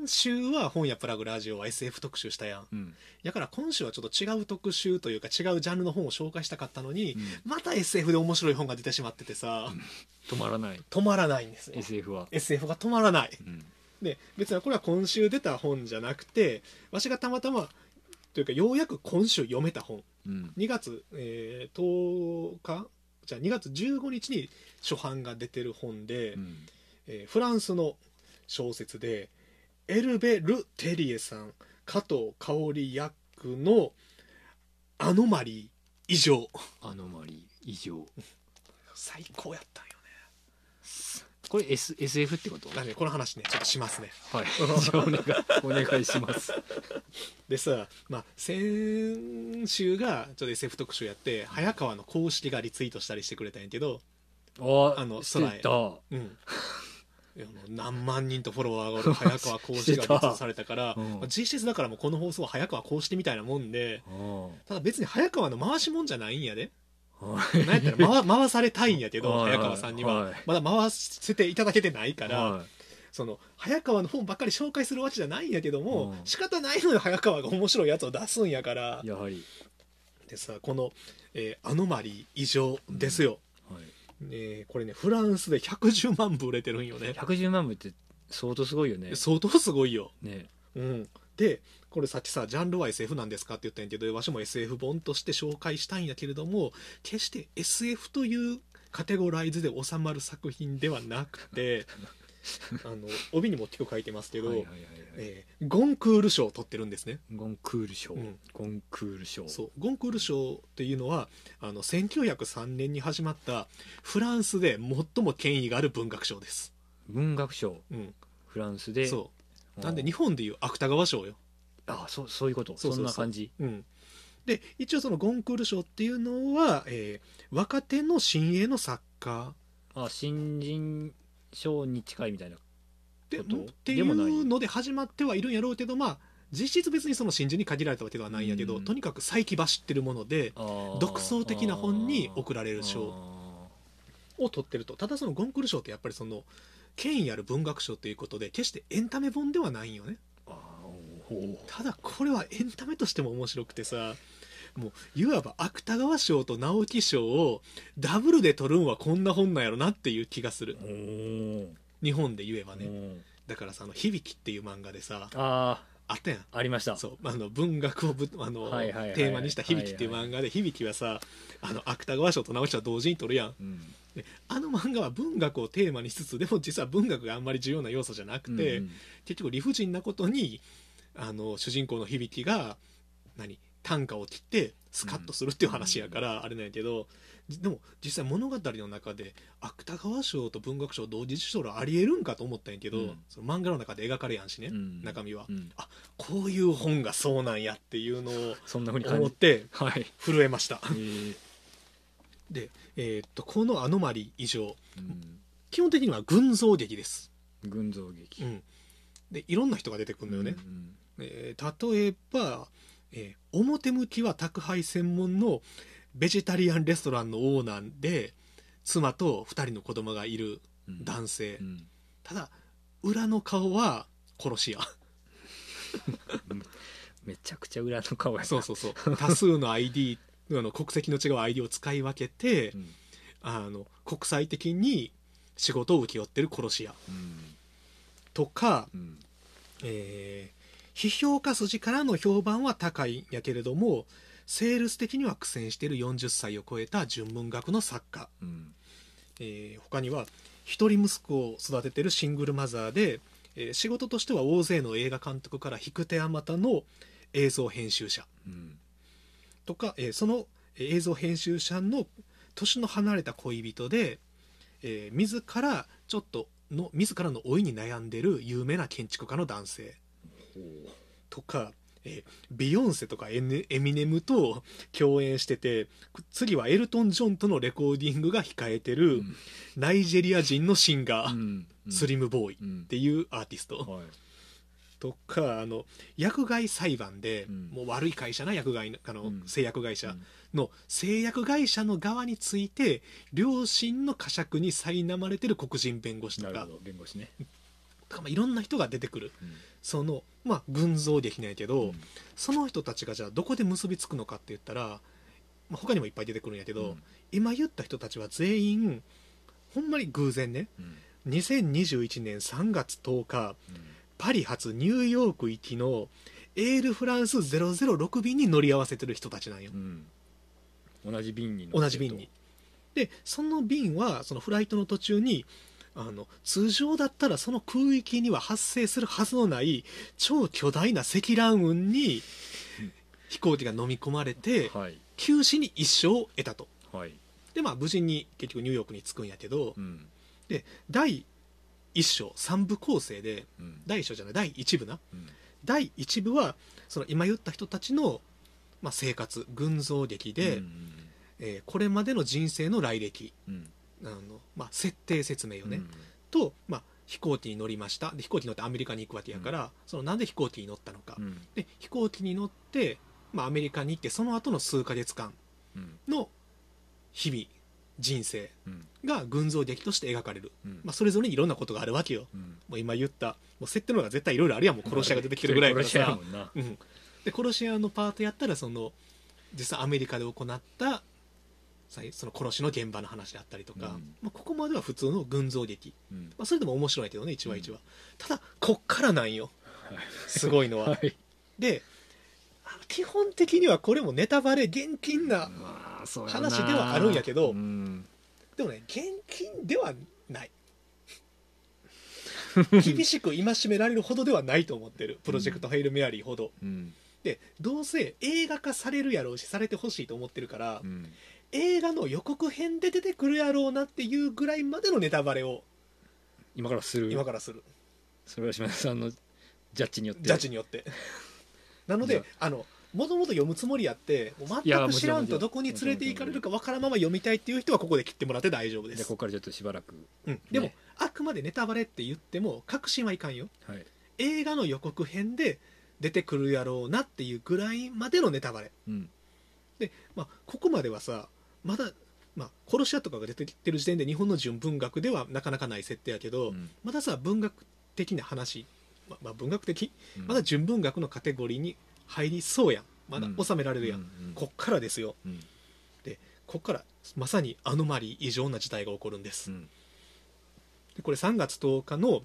週は本やプラグラジオは SF 特集したやん
うん
だから今週はちょっと違う特集というか違うジャンルの本を紹介したかったのに、
うん
また SF で面白い本が出てしまっててさ、
止まらない
止まらないんですよ
SF は、
SF が止まらない
うん
で別にこれは今週出た本じゃなくてわしがたまたまというかようやく今週読めた本
うん
2月、えー10日じゃあ2月15日に初版が出てる本で、
うん
えーフランスの小説でエルベ・ル・テリエさん加藤香織役の「アノマリー以上
アノマリー以上」
最高やったんよね
これ、S、SF ってこと
だからねこの話ねちょっとしますね
はいじゃあお願いお願いします
でさ、まあ、先週がちょっと SF 特集やって早川の公式がリツイートしたりしてくれたんやけど、
あ
あの
してた
うん、 いやもう何万人とフォロワーがお る早川公式がリツイートされたから
うん
まあ実質だからもうこの放送は早川公式みたいなもんで
あ
ただ別に早川の回しもんじゃないんやで
あはい
なんやったら 回回されたいんやけど
はい
早川さんには、
はい
まだ回せていただけてないから、
はい
その早川の本ばっかり紹介するわけじゃないんやけども、
うん
仕方ないのよ早川が面白いやつを出すんやから
やはり、
でさこの、えーアノマリー」異常ですよ、
はい、
えーこれねフランスで110万部売れてるんよね
110万部って相当すごいよね
相当すごいよ、
ね
うん、でこれさっきさジャンルは SF なんですかって言ったんやけどわしも SF 本として紹介したいんやけれども決して SF というカテゴライズで収まる作品ではなく てあの帯にも大きく書いてますけど、
はいはいはいはい
えーゴンクール賞を取ってるんですね
ゴンクール賞、
うん
ゴンクール賞
そうゴンクール賞っていうのはあの1903年に始まったフランスで最も権威がある文学賞です、
文学賞
うん、
フランスで
そううなんで日本でいう芥川賞よ、
あそうそういうこと
そ
そう
そうそうん
な感じ
うん、で一応そのゴンクール賞っていうのは、えー若手の新鋭の作家
あ新人賞に近いみたいな
で
こと
ってい
でもないう
ので始まってはいるんやろうけどまあ実質別にその新人に限られたわけではないんやけど、
うん
とにかく再起走ってるもので独
独
創的な本に贈られ
れ
る賞を取ってるとただそのゴンクール賞ってやっぱりその権威ある文学賞ということで決してエンタメ本ではないんよね
あーおー
ただこれはエンタメとしても面白くてさもういわば芥川賞と直木賞をダブルで取るんはこんな本なんやろなっていう気がする
おー
日本で言えば
お
ね
ー
だからさあの「響き」っていう漫画でさ
あ
あったやん
ーありました
そうあの文学をぶあの
はいはいはいはい
テーマにした「響き」っていう漫画で響きはさあの芥川賞と直木賞は同時に取るやん
うん
であの漫画は文学をテーマにしつつでも実は文学があんまり重要な要素じゃなくて、
うん
結局理不尽なことにあの主人公の響が何短歌を切ってスカッとするっていう話やから、あれなんやけどじでも実際物語の中で芥川賞と文学賞同時受賞はありえるんかと思ったんやけど、
うん
その漫画の中で描かれやんしね、
うん
中身は、
うん
こういう本がそうなんやっていうのを
そんなふうに感
思っ
じ
て
はい
震えました
えー
で、えーっとこの「アノマリ」以上
うん
基本的には群像劇です、
群像劇
うん、でいろんな人が出てくるのよね、
うん
えー例えば、えー表向きは宅配専門のベジタリアンレストランのオーナーで妻と2人の子供がいる
うん
男性、
うん
ただ裏の顔は殺し 屋
めちゃくちゃ裏の顔やな
そうそうそう多数の ID あの国籍の違う ID を使い分けて
うん
あの国際的に仕事を請け負ってる殺し屋
うん
とか、
うん
えー批評家筋からの評判は高いんやけれどもセールス的には苦戦している40歳を超えた純文学の作家、
うん
えー他には一人息子を育ててるシングルマザーで、えー仕事としては大勢の映画監督から引く手あまたの映像編集者
うん
とか、えーそのえー映像編集者の年の離れた恋人で、えー自らちょっとの自らの老いに悩んでる有名な建築家の男性とか、えービヨンセとかエネエミネムと共演しててく次はエルトン・ジョンとのレコーディングが控えて
う
る
ん
ナイジェリア人のシンガー、
うん
スリムボーイっ
うん
ていうアーティスト、
はい
とかあの薬害裁判で、
うん
もう悪い会社な薬害のあの、
うん
製薬会社
うん
の製薬会社の側について両親の呵責に苛まれてる黒人弁護士と
なる
か
ほど弁護士ね
だからまあいろんな人が出てくる
うん
そのまあ群像劇なんやけど、
うん
その人たちがじゃあどこで結びつくのかって言ったら、まあ、他にもいっぱい出てくるんやけど、
うん
今言った人たちは全員ほんまに偶然ね
うん
2021年3月10日
うん
パリ発ニューヨーク行きのエールフランス006便に乗り合わせてる人たちなんよ、
うん、同じ瓶に乗ってと
同じ便に、でその便はそのフライトの途中にあの通常だったらその空域には発生するはずのない超巨大な積乱雲に
うん
飛行機が飲み込まれて
はい
九死に一生を得たと
はい、
でまあ無事に結局ニューヨークに着くんやけど
うん
第1章3部構成で
うん
第1章じゃない第1部な
うん
第1部はその今言った人たちの、まあ、生活群像劇で、
うん
えーこれまでの人生の来歴
うん
あの、まあ、設定説明
う
よ
ん
ね、と、まあ、飛行機に乗りましたで飛行機に乗ってアメリカに行くわけやから、そのなんで飛行機に乗ったのか、
うん
で飛行機に乗って、まあ、アメリカに行ってその後の数ヶ月間
うん
の日々人生
うん
が群像劇として描かれる、
うん
まあ、それぞれにいろんなことがあるわけよ
うん
もう今言ったもう設定の方が絶対いろいろあるやんもう殺し屋が出てきてるぐらいやから
殺し屋や
さ
もんな
うん、で殺し屋のパートやったらその実際アメリカで行ったさその殺しの現場の話であったりとか、
うん
まあ、ここまでは普通の群像劇、
うん
まあ、それでも面白いけどね一話一話、ただこっからなんよすごいのは、
はい
であの基本的にはこれもネタバレ厳禁な
まあそうやな
話ではあるんやけど
うん
でもね厳禁ではない 厳しく戒められるほどではないと思ってるプロジェクト「ヘイル・メアリー」ほど、
うん
でどうせ映画化されるやろうしされてほしいと思ってるから、
うん
映画の予告編で出てくるやろうなっていうぐらいまでのネタバレを
今からする
今からする、
それは島田さんのジャッジによって
ジャッジによってなの
い
で
や
あのもともと読むつもりやってもう
いや
全く知らん
もちろ
と
ん
どこに連れて行かれるかわからんまま読みたいっていう人はここで切ってもらって大丈夫で
じゃあ
す
ここからちょっとしばらく
うん、でも、
ね
あくまでネタバレって言っても確信はいかんよ
はい
映画の予告編で出てくるやろうなっていうぐらいまでのネタバレ
うん
まあ、ここまではさまだ、まあ、殺し屋とかが出てきてる時点で日本の純文学ではなかなかない設定やけど、
うん
まださ文学的な話、ままあ、文学的
うん
まだ純文学のカテゴリーに入りそうやんまだ
うん
収められるやん、
うんうん
こっからですよ
うん
こっからまさにアノマリー異常な事態が起こるんで
う
す、
ん
でこれ3月10日の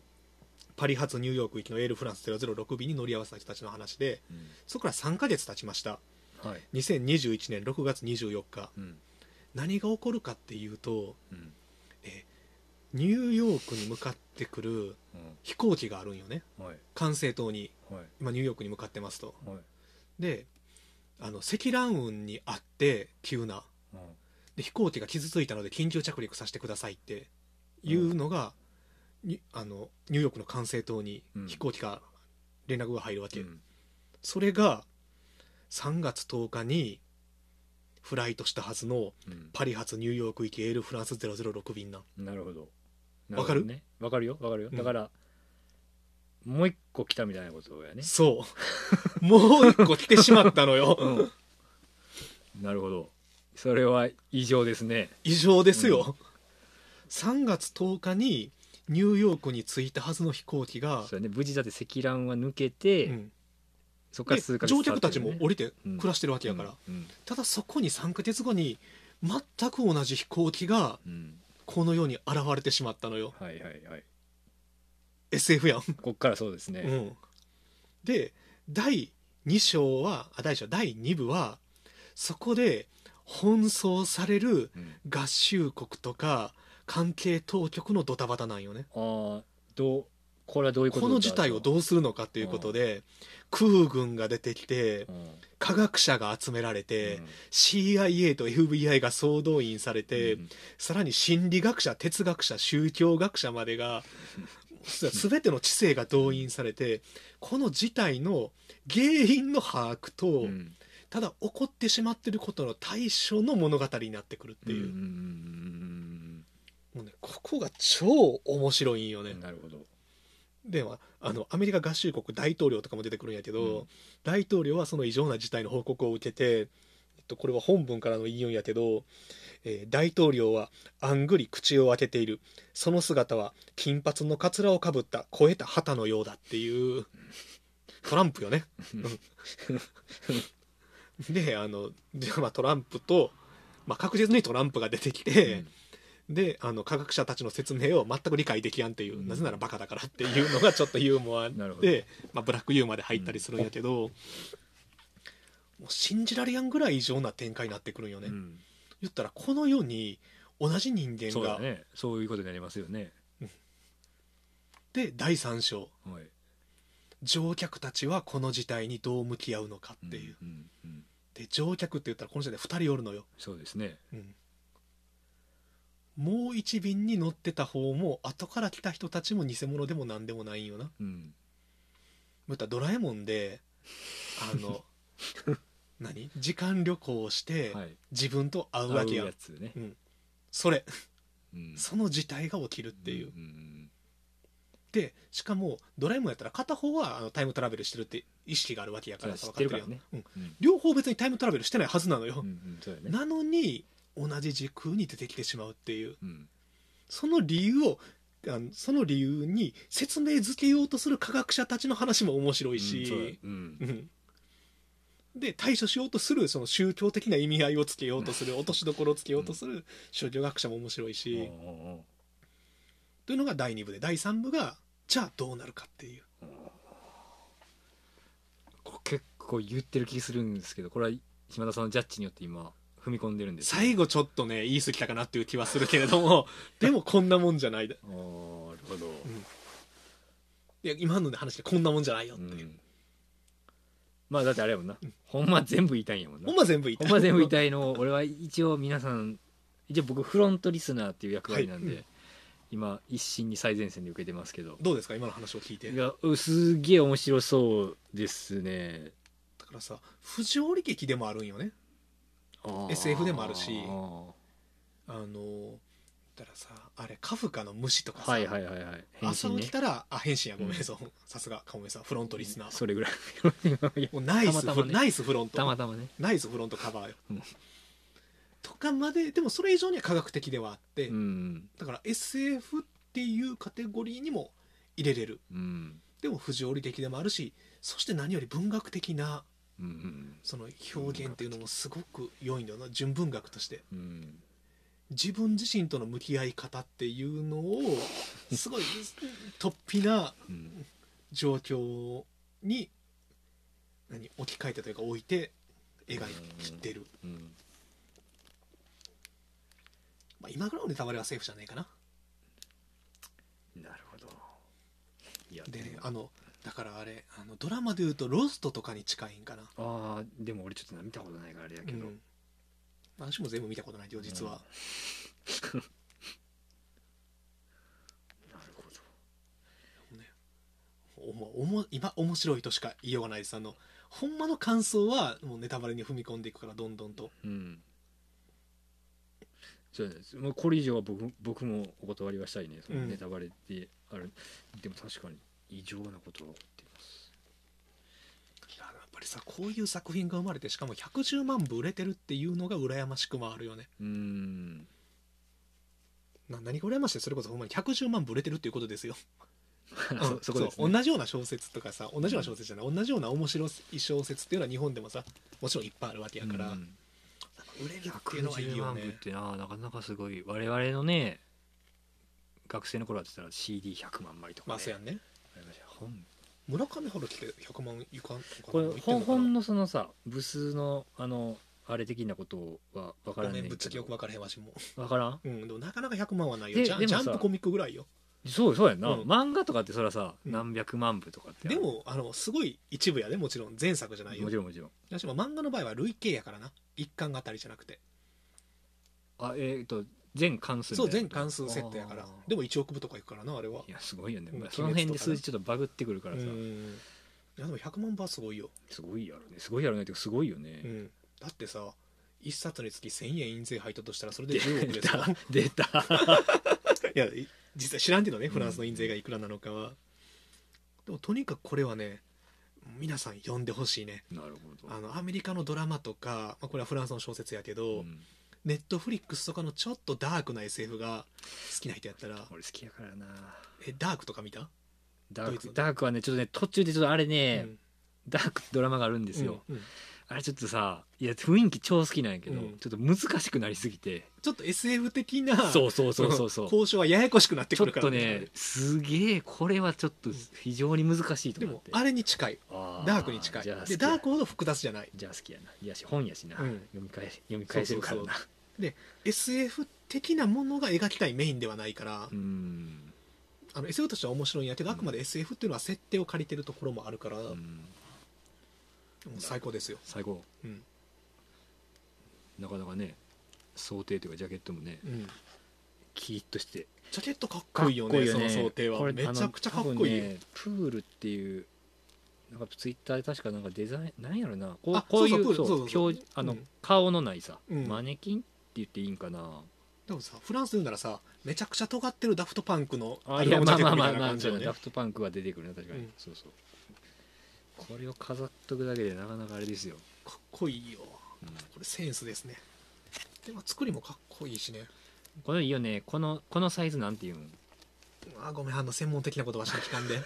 パリ発ニューヨーク行きのエールフランス006便に乗り合わせた人たちの話で
うん
そこから3ヶ月経ちました
はい
2021年6月24日
うん
何が起こるかっていうと
うん
ニューヨークに向かってくる
う
飛行機があるんよね
んはい
管制塔に
はい
今ニューヨークに向かってますと
はい
であの積乱雲にあって急な
うん
で飛行機が傷ついたので緊急着陸させてくださいっていうのが、にあのニューヨークの管制塔に
うん
飛行機から連絡が入るわけ、
うん
それが3月10日にフライトしたはずの
うん
パリ発ニューヨーク行きエールフランス006便なん
なるほど。
わかる
なほどねわかるよ、わかるよ。
うん
だから、もう一個来たみたいなことやね。
そうもう一個来てしまったの よ、
なるほど。それは異常ですね。
異常ですよ、3月10日にニューヨークに着いたはずの飛行機が、
そうやね、無事だって積乱雲は抜けて、
うん
そこか
で
ら数ヶ月
乗客たちも
り
降りて暮らしてるわけやから、。
うん
ただそこに3ヶ月後に全く同じ飛行機が
うんうん
この世に現れてしまったのよ
はいはいはい。
SF やん、
こっからそうですね。
うん、で第2章はあ第1章第2部はそこで奔走される
うん
合衆国とか関係当局のドタバタなんよね
ああ、どう、これはどういうこ
こと
だ
の事態をどうするのかということで空軍が出てきて
うん
科学者が集められて、
うん
CIA と FBI が総動員されて、
うん
さらに心理学者哲学者宗教学者までが全ての知性が動員されてこの事態の原因の把握と、
うん
ただ起こってしまってることの対処の物語になってくるっていう,、
うんうんうん
もうね、ここが超面白いんよ
うん
ね
う。んなるほど。
ではあのアメリカ合衆国大統領とかも出てくるんやけど、
うん
大統領はその異常な事態の報告を受けてとこれは本文からの引用やけど、えー大統領はあんぐり口を開けているその姿は金髪のかつらをかぶった肥えた旗のようだっていうトランプよね。であのじゃあまあトランプと、まあ、確実にトランプが出てきて。であの科学者たちの説明を全く理解できやんっていう、
うん
なぜならバカだからっていうのがちょっとユーモア
なるほど
で、まあ、ブラックユーモアで入ったりするんやけど、もう信じられやんぐらい異常な展開になってくるんよね、
うん
言ったらこの世に同じ人間
そう
が、
だねそういうことになりますよね
で第3章
はい
乗客たちはこの事態にどう向き合うのかっていう、
うんんうん
で乗客って言ったらこの時点で2人おるのよ、
そうですね
うんもう1便に乗ってた方も後から来た人たちも偽物でも何でもないんよな
うん
またドラえもんであの 何時間旅行をして、
はい
自分と会うわけや
合つね
うん、それ
うん
その事態が起きるっていう、
んん
でしかもドラえもんやったら片方はあのタイムトラベルしてるって意識があるわけやからさ
そうや
分やん
知ってる
うん、
うんうん
両方別にタイムトラベルしてないはずなのよ
う、んうんそうだね
なのに同じ時空に出てきてしまうっていう
うん
その理由をあのその理由に説明づけようとする科学者たちの話も面白いし、
うんそうだうん
うんで対処しようとするその宗教的な意味合いをつけようとする落としどころをつけようとする宗教学者も面白いし、
おうおう
というのが第2部で第3部がじゃあどうなるかっていう
これ結構言ってる気するんですけどこれは島田さんのジャッジによって今踏み込んでるんですね
最後ちょっとね言い過ぎたかなっていう気はするけれども でもこんなもんじゃないだ
おーなるほど、
いや今ので話してこんなもんじゃないよっ
う
ていう、
ん、まあだってあれやもんな、ほんま全部言いたいんやもんな
ほんま全部言い
ほ
た
ん
い
ま全部言いたいのを俺は一応皆さん一応僕フロントリスナーっていう役割なんで、
はいうん
今一心に最前線で受けてますけど
どうですか今の話を聞いて
いやうすげえ面白そうですね
だからさ不条理劇でもあるんよね
あー
SF でもあるし
あー
あのだからさあれカフカの虫とかさ、
はいはいはいはい
朝
ね
起きたらあ返信やごめ
うん
んそう さすがかもめさんフロントリスナー
それぐらい
もうナイス
たまたまね
ナイスフロント
たまたまね
ナイスフロントカバーよ、
うん
とかまででもそれ以上には科学的ではあって、
うん
だから SF っていうカテゴリーにも入れれる
うん
でも不条理的でもあるしそして何より文学的な
うん
その表現っていうのもすごく良いんだよな純文学として
うん
自分自身との向き合い方っていうのをす ごい突飛な
うん
状況に何置き換えてというか置いて描いてる、
うん
まあ、今ぐらいのネタバレはセーフじゃないかな
なるほどいや
でね
も
あのだからあれあのドラマでいうと「ロスト」とかに近いんかな、
あーでも俺ちょっと見たことないからあれやけ
う
ど、
ん、私も全部見たことないけど実は、
なるほど
おもおも今面白いとしか言いようがないですあのほんまの感想はもうネタバレに踏み込んでいくからどんどんと
うんそうですもうこれ以上は僕僕もお断りはしたいねその
うん
ネタバレってある、でも確かに異常なことが起こっています
いややっぱりさこういう作品が生まれてしかも110万部売れてるっていうのが羨ましくもあるよね
うーん
な何が羨ましいそれこそほんまに110万部売れてるっていうことですよ
そそこです、
そう
ね、
同じような小説とかさ同じような小説じゃない、同じような面白い小説っていうのは日本でもさもちろんいっぱいあるわけやから、
うん
売れるっていうのはいい
110
よ
万部
ね
ってななかなかすごい我々のね学生の頃だって言ったら CD100 万枚とか、ね
まあそうやんね
ありましたよ本
村上春樹って100万いかんのかな
これ
いってんのか
本
な
本のそのさ部数のあのあれ的なことは分から
ご
ん
め
ねん
ん
け
ぶっつけよ
ど
く分からへんわしも
分からん
うんでもなかなか100万はないよ
で
ジャ
で
ン
も
ジ
さ
ャンプコミックぐらいよ
そうそうやんな、
うん
漫画とかってそらさ、
うん
何百万部とかってあ
で
る
もあのすごい一部やでもちろん前作じゃないよ
もちろんもちろん
私も漫画の場合は累計やからな一巻あたりじゃなくて
あえっ、と全関数みた
そ
いうな
全関数セットやから
あー
でも1億部とかいくからなあれはい
やすごいよね、
うん
まあその辺で
鬼滅とかね
数字ちょっとバグってくるから
う
さ、
んいやでも100万部はすごいよ
すごいやろねすごいやろねっていうかすごいよね、
うん、だってさ1冊につき1000円印税入ったとしたらそれで
出
10億ですよ
た出た
いやい実際知らんけどねフランスの印税がいくらなのかは、でもとにかくこれはね皆さん読んでほしいね
なるほど
あのアメリカのドラマとか、まあ、これはフランスの小説やけど、
うん
ネットフリックスとかのちょっとダークな SF が好きな人やったら
俺好きやからな
えダークとか見た
ダ
ド
ー
イツ
クダークはねちょっとね途中でちょっとあれ
う
ね、
ん
ダークってドラマがあるんですよ、
うんうん
あれちょっとさいや雰囲気超好きなんやけど、
うん
ちょっと難しくなりすぎて
ちょっと SF 的な
そうそうそうそ うそう
交渉はややこしくなって
ちょ
くる
っ
から
とねすげえこれはちょっと非常に難しいと
で
思っ
も
て
あれに近い
あ
ダークに近い
じゃあ好き
で
や
ダークほど複雑じゃない
じゃあ好きやないやし本やしな、
うん
読み返読み返せるからな
そうそう SF 的なものが描きたいメインではないから、
うん
あの SF としては面白いんやけどあくまで SF っていうのは設定を借りてるところもあるから、
う
もうん最高ですよ、
最後
うん
なかなかね想定というかジャケットもね
うん
キーッとして
ジャケットかっこいいよねその想定
こ
は
れ
めちゃくちゃかっこいい、
あの多分ねプールっていうなんかツイッターで確かなんかデザインなんやろなこ
あ
うこうい
そうそうプー
う
ルそうそうそう
表あの、
うん
顔のないさ、
うん
マネキンって言っていいんかな
でもさフランスで言うならさめちゃくちゃ尖ってるダフトパンクの
あ
ア
い
ルバ
や
ムジ
ま
ャケットみ
あまあ
た
まあ
いな
まあ
感じ
そう
よ
だ
ね
ダフトパンクは出てくるな確かに、
うん
そうそうこれを飾っとくだけでなかなかあれですよ、
かっこいいよ
うん
これセンスですねでも作りもかっこいいしね
これいいよねこのこのサイズなんていうん
あごめんあの専門的なことはしか聞かんで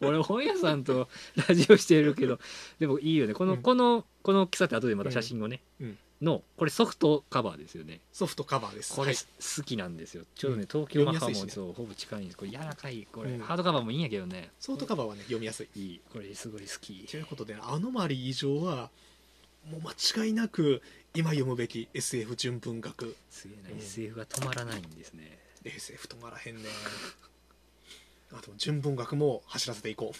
俺本屋さんとラジオしてるけどでもいいよねこの、
うん
このこの喫茶店後でまた写真をね、
うんうん
のこれソフトカバーですよね
ソフトカバーです
こ
は
れ
い
好きなんですよ、ちょうど
う
ね
ん
東京マハ
読み
も
やすいしね
そうほぼ近いんですこれ柔らかいこれ、
うん
ハードカバーもいいんやけどね
ソフトカバーはね読みやすい
いいこれすごい好き
ということでアノマリー以上はもう間違いなく今読むべき SF 純文学
すげえ
う
な、
ん
SF が止まらないんですね
SF 止まらへんねあでも純文学も走らせていこ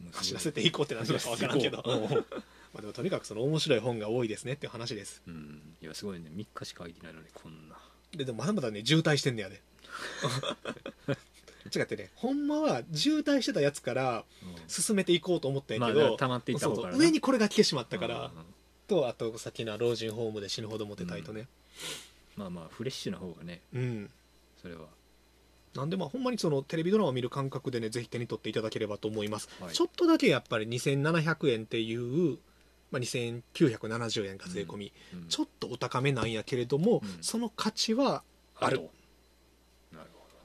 う
もうすごい
走らせていこうって何だか分からんけどまあでもとにかくその面白い本が多いですねっていう話です
うんいやすごいね3日しか空いてないのにこんな
ででもまだまだね渋滞してんねやで 違ってねほんまは渋滞してたやつから進めていこうと思ったんや
まあ
け
だか
ど、
ら溜まっていった
そ
方
う
から
そ
な
う上にこれが来てしまったから、
うんうん
とあとさっきの老人ホームで死ぬほどモテたいとね
まあまあフレッシュな方がね
うん、
それは
なんでまあほんまにそのテレビドラマを見る感覚でねぜひ手に取っていただければと思います、
はい
ちょっとだけやっぱり2700円っていう、まあ、2970円か税込み、
うん
ちょっとお高めなんやけれども、
うん
その価値はある
なるほど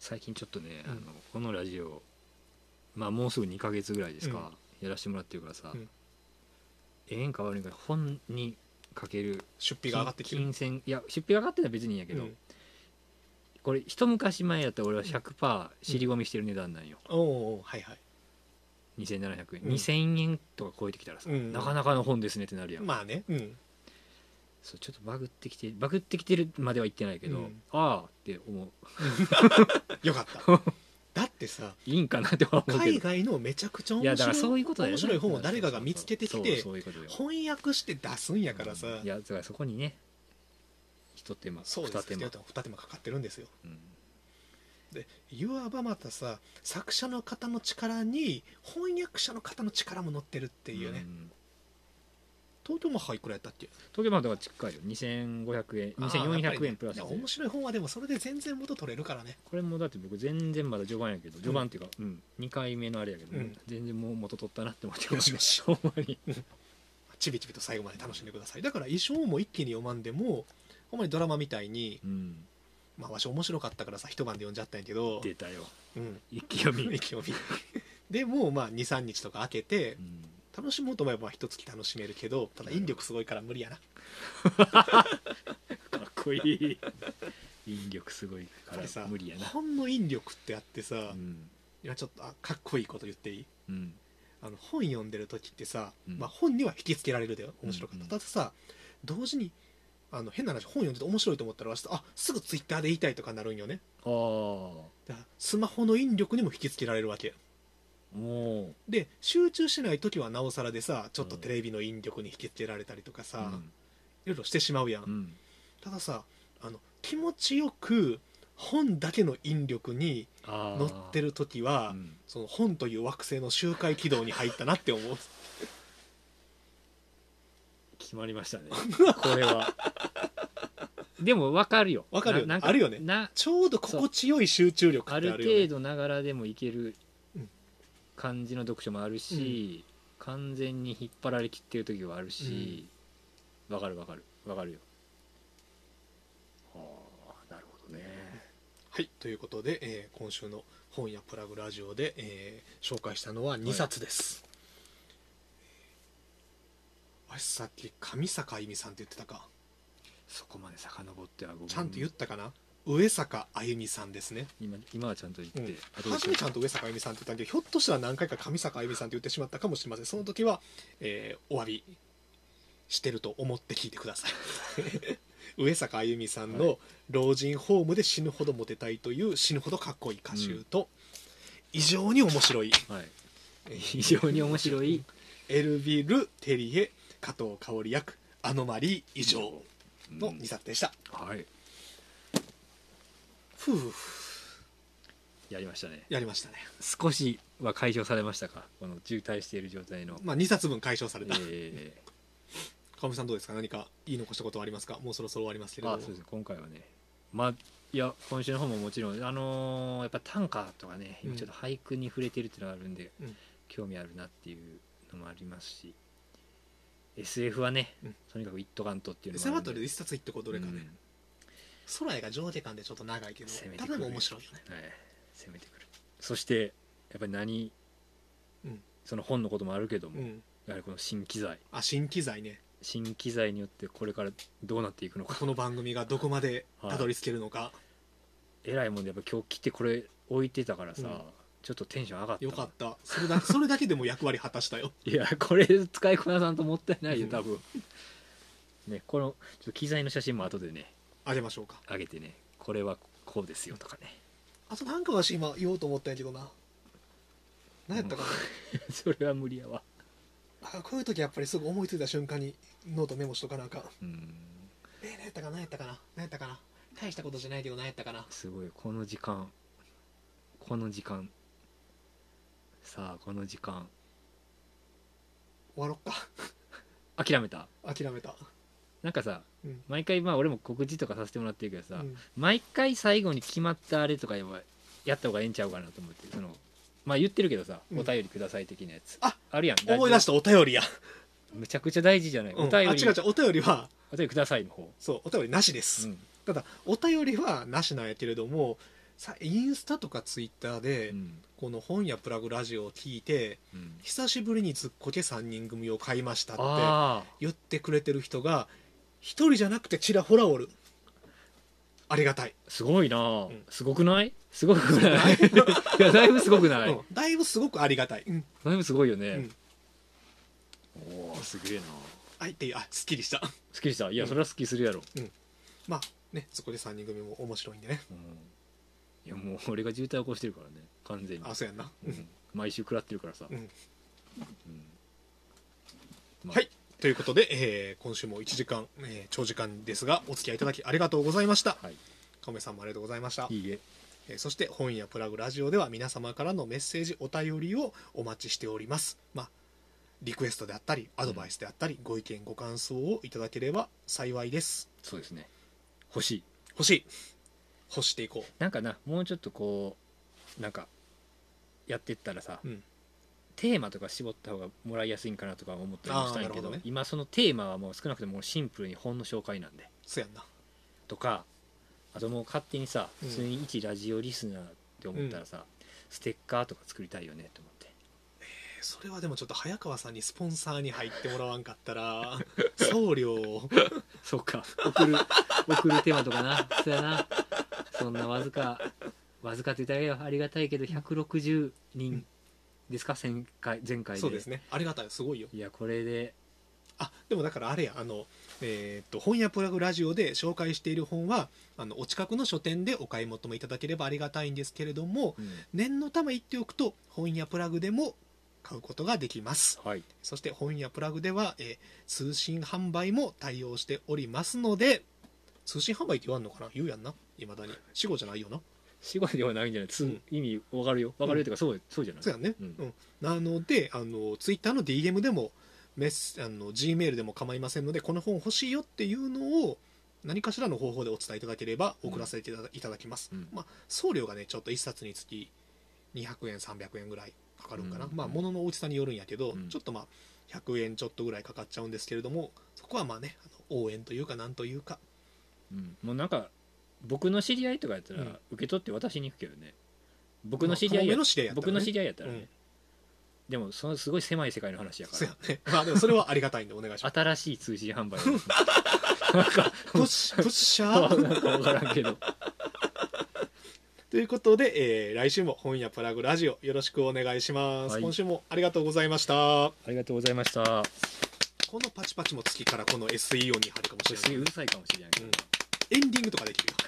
最近ちょっとね、
うん
あのこのラジオまあもうすぐ2ヶ月ぐらいですか、やらしてもらってるからさ、
うん
ええんか悪いんか本にかける
出費が上がってきてる
金銭いや出費が上がってるのは別にいいんやけど、
うん
これ一昔前やったら俺は100%尻込みしてる値段なんよ、
おうおうはいはい
2700円、
うん
2000円とか超えてきたらさ、
うん
なかなかの本ですねってなるやん、
まあねうん
そうちょっとバグってきてバグってきてるまでは言ってないけど、
うん
ああって思う
よかった だってさ
いいんかなって思うけど
海外のめちゃくちゃ
いや
面
だからそ
白
う
い
いうことだよね
面白い本を誰かが見つけてきて
そうそうそういうことよ
翻訳して出すんやからさ、
うんいやだからそこにね一手間
そうです
二手間
二手間二手間かかってるんですよ
うん
でいわばまたさ作者の方の力に翻訳者の方の力も乗ってるっていうね、
ん
東京マハいくらやったっけ
東京までは近いよ2500円2400円プラ
あ
ス
ー
で
やっぱりねだから面白い本はでもそれで全然元取れるからね
これもだって僕全然まだ序盤やけど序盤っていうか、うん、2回目のあれやけど、
うん
全然もう元取ったなって思って
よしよし
ほんまに
ちびちびと最後まで楽しんでくださいだから衣装も一気に読まんでもほんまにドラマみたいに
うん
まあわし面白かったからさ一晩で読んじゃったんやけど
出たよ
うん
一気 読み、
意気込みでもうまあ23日とか開けて
うん
楽しもうと思えばまあ一月楽しめるけどただ引力すごいから無理やな
かっこいい引力すごい
や
か
っぱりさ
ら無理やな、
本の引力ってあってさ、
うん
今ちょっとあかっこいいこと言っていい
うん、
あの本読んでる時ってさ、
うん
まあ、本には引きつけられるで面白かった、
うんうん
たださ同時にあの変な話本読んでて面白いと思ったら私あすぐツイッターで言いたいとかなるんよね
ああも
だからスマホの引力にも引きつけられるわけ
う
で集中してない時はなおさらでさちょっとテレビの引力に引きつけられたりとかさ、
うん
いろいろしてしまうやん、
うん
たださあの気持ちよく本だけの引力に乗
乗
って
る、
る時は、
うん
その本という惑星の周回軌道に入ったなって思う
決まりまし たねこれはでも分かるよ
わかるよ
ななん
あるよね
な
ちょうど心地よい集中力
あ
ってあ
る
るよね
程度ながらでもいける
うん
感じの読書もあるし、完全に引っ張られきってる時はあるしわ、かるわかるわかるよああなるほどね
はいということで、えー今週の本やプラグラジオで、えー紹介したのは2冊です、あれさっき上坂あゆみさんって言ってたか
そこまで遡ってはごめん
ちゃんと言ったかな、上坂あゆみさんですね、
今今はちゃんと言って、
うん
後で
初めちゃんと上坂あゆみさんって言ったんでひょっとしたら何回か上坂あゆみさんって言ってしまったかもしれませんその時は、えーお詫びしてると思って聞いてくだ さい上坂あゆみさん
は
の老人ホームで死ぬほどモテたいという死ぬほどかっこいい歌集と、異常に面白 い
はい、非常に面白い
エルビル・テリエ加藤香織役アノマリー以上の2冊でした、
はい
ふう
やりましたね
やりましたね
少しは解消されましたかこの渋滞している状態の、
まあ2冊分解消された、
えー
川上さんどうですか何か言い残したことはありますかもうそろそろ終わります けれど
あ
も
そうですね今回はねまあいや今週の方ももちろんあのーやっぱ短歌とかね
うん
今ちょっと俳句に触れてるっていうのがあるんで、
うん
興味あるなっていうのもありますし SF はね、
うん
とにかく「一斗ガント」っていうの
セ
も
マ
あるんで
トルで1冊いってこうどれかね、
うん
空へが上下巻でちょっと長いけど
攻めて
た
く
だ
る
でも面白いよね
はい、攻めてくるそしてやっぱり何、
うん
その本のこともあるけども、
う
や
ん
はりこの新機材
あ新機材ね
新機材によってこれからどうなっていくのか
この番組がどこまでたどり着けるのか、
えらいもんでやっぱ今日来てこれ置いてたからさ、
うん
ちょっとテンション上がった
よかったそれ だそれだけでも役割果たしたよ
いやこれ使いこなさんともったいないよ
うん
多分ねこのちょっと機材の写真も後でね
あげましょうか
上げてねこれはこうですよとかね
あとなんかわし今言おうと思ったんやけどな何やったかな、
それは無理やわ
あこういう時やっぱりすぐ思いついた瞬間にノートメモしとかなあかん
うん
えー、何やったかな何やったかな何やったかな大したことじゃないけど何やったかな
すごいこの時間この時間さあこの時間
終わろっか
諦めた
諦めた
なんかさ
うん、
毎回まあ俺も告知とかさせてもらってるけど
う
さ、
ん、
毎回最後に決まったあれとかやっぱやった方がええんちゃうかなと思ってそのまあ言ってるけどさ、
うん
お便りください的なやつ
あ
るやん
思い出したお便りや、
むちゃくちゃ大事じゃない、
うん、
お
あ
便
違う
り
違うお便りは
お便りくださいの方、
そうお便りなしです、
うん
ただお便りはなしなんやけれどもさインスタとかツイッターで、
うん
この本やプラグラジオを聞いて久しぶりにずっこけ3人組を買いましたって
ああ
言ってくれてる人が一人じゃなくてちらほらおるありがたい、
すごいな、
ん
すごくないすごくない いやだいぶすごくない、
うん、だいぶすごくありがたい、うん
だいぶすごいよね、
うん
おおすげえな
あいってあすっきりした
すっきりしたいや、
うん
それはすっきりするやろ、
まあねそこで3人組も面白いんでね
うんいやもう俺が渋滞起こしてるからね完全に
あそうやんな、
うん毎週食らってるからさ、
うん
うんまあ
はいということで、えー今週も1時間、えー長時間ですがお付き合いいただきありがとうございました
はい
亀さんもありがとうございました
いいえ
えーそして本やプラグラジオでは皆様からのメッセージお便りをお待ちしております、まあ、リクエストであったりアドバイスであったり、ご意見ご感想をいただければ幸いです
そうですね欲しい
欲しい欲していこ
なんかなもうちょっとこうなんかやってったらさ、
うん
テーマとか絞った方がもらいやすいんかなとか思ったりもしたん
あー
やけ
なるほ
ど
どね
今そのテーマはもう少なくともシンプルに本の紹介なんで
うそうやんな
とかあともう勝手にさ
うん
普通に一ラジオリスナーって思ったらさ、ステッカーとか作りたいよねと思って
えーそれはでもちょっと早川さんにスポンサーに入ってもらわんかった ら送料を
そうか送る 送るテーマとかなそうやなそんなわずかわずかって言ったらありがたいけど160人ですか前回前回で
そうですねありがたいすごいよ
いやこれで
あでもだからあれやあの、えーっと本屋プラグラジオで紹介している本はあのお近くの書店でお買い求めいただければありがたいんですけれども念のため言っておくと本屋プラグでも買うことができます
はい
そして本屋プラグでは、えー通信販売も対応しておりますので通信販売って言わんのかな言うやんないまだに死後じゃないよな
死後ではないんじゃない、つ
うん
意味わかるよわかるよっていうか、そうそうじゃない
そうやんね、う
うんん
なのであのツイッターの DM でもメッセあの G メールでも構いませんのでこの本欲しいよっていうのを何かしらの方法でお伝えいただければ
うん
送らせていただいただきます、
うん
まあ、送料がねちょっと1冊につき200円300円ぐらいかかるんかな、
うん
まあ物の大きさによるんやけど、
うん
ちょっとまあ100円ちょっとぐらいかかっちゃうんですけれどもそこはまあねあの応援というかなんというか
うんもうなんか僕の知り合いとかやったら
うん
受け取って渡しに行くけどね僕の知り合いや
まあこの目の知り合いやったらね
僕の知り合いやったら
うん
ねでもそのすごい狭い世界の話やか
そう
ら
やねまあでもそれはありがたいんでお願いします
新しい通信 販売なんか
プッシュプッシャー
なんか分からんけど
ということで、えー来週も本屋プラグラジオよろしくお願いします、
はい
今週もありがとうございました
ありがとうございました
このパチパチも月からこの SE 音に入るかもしれな
SE
いう
るさいかもしれんけど
エンディングとかできるよ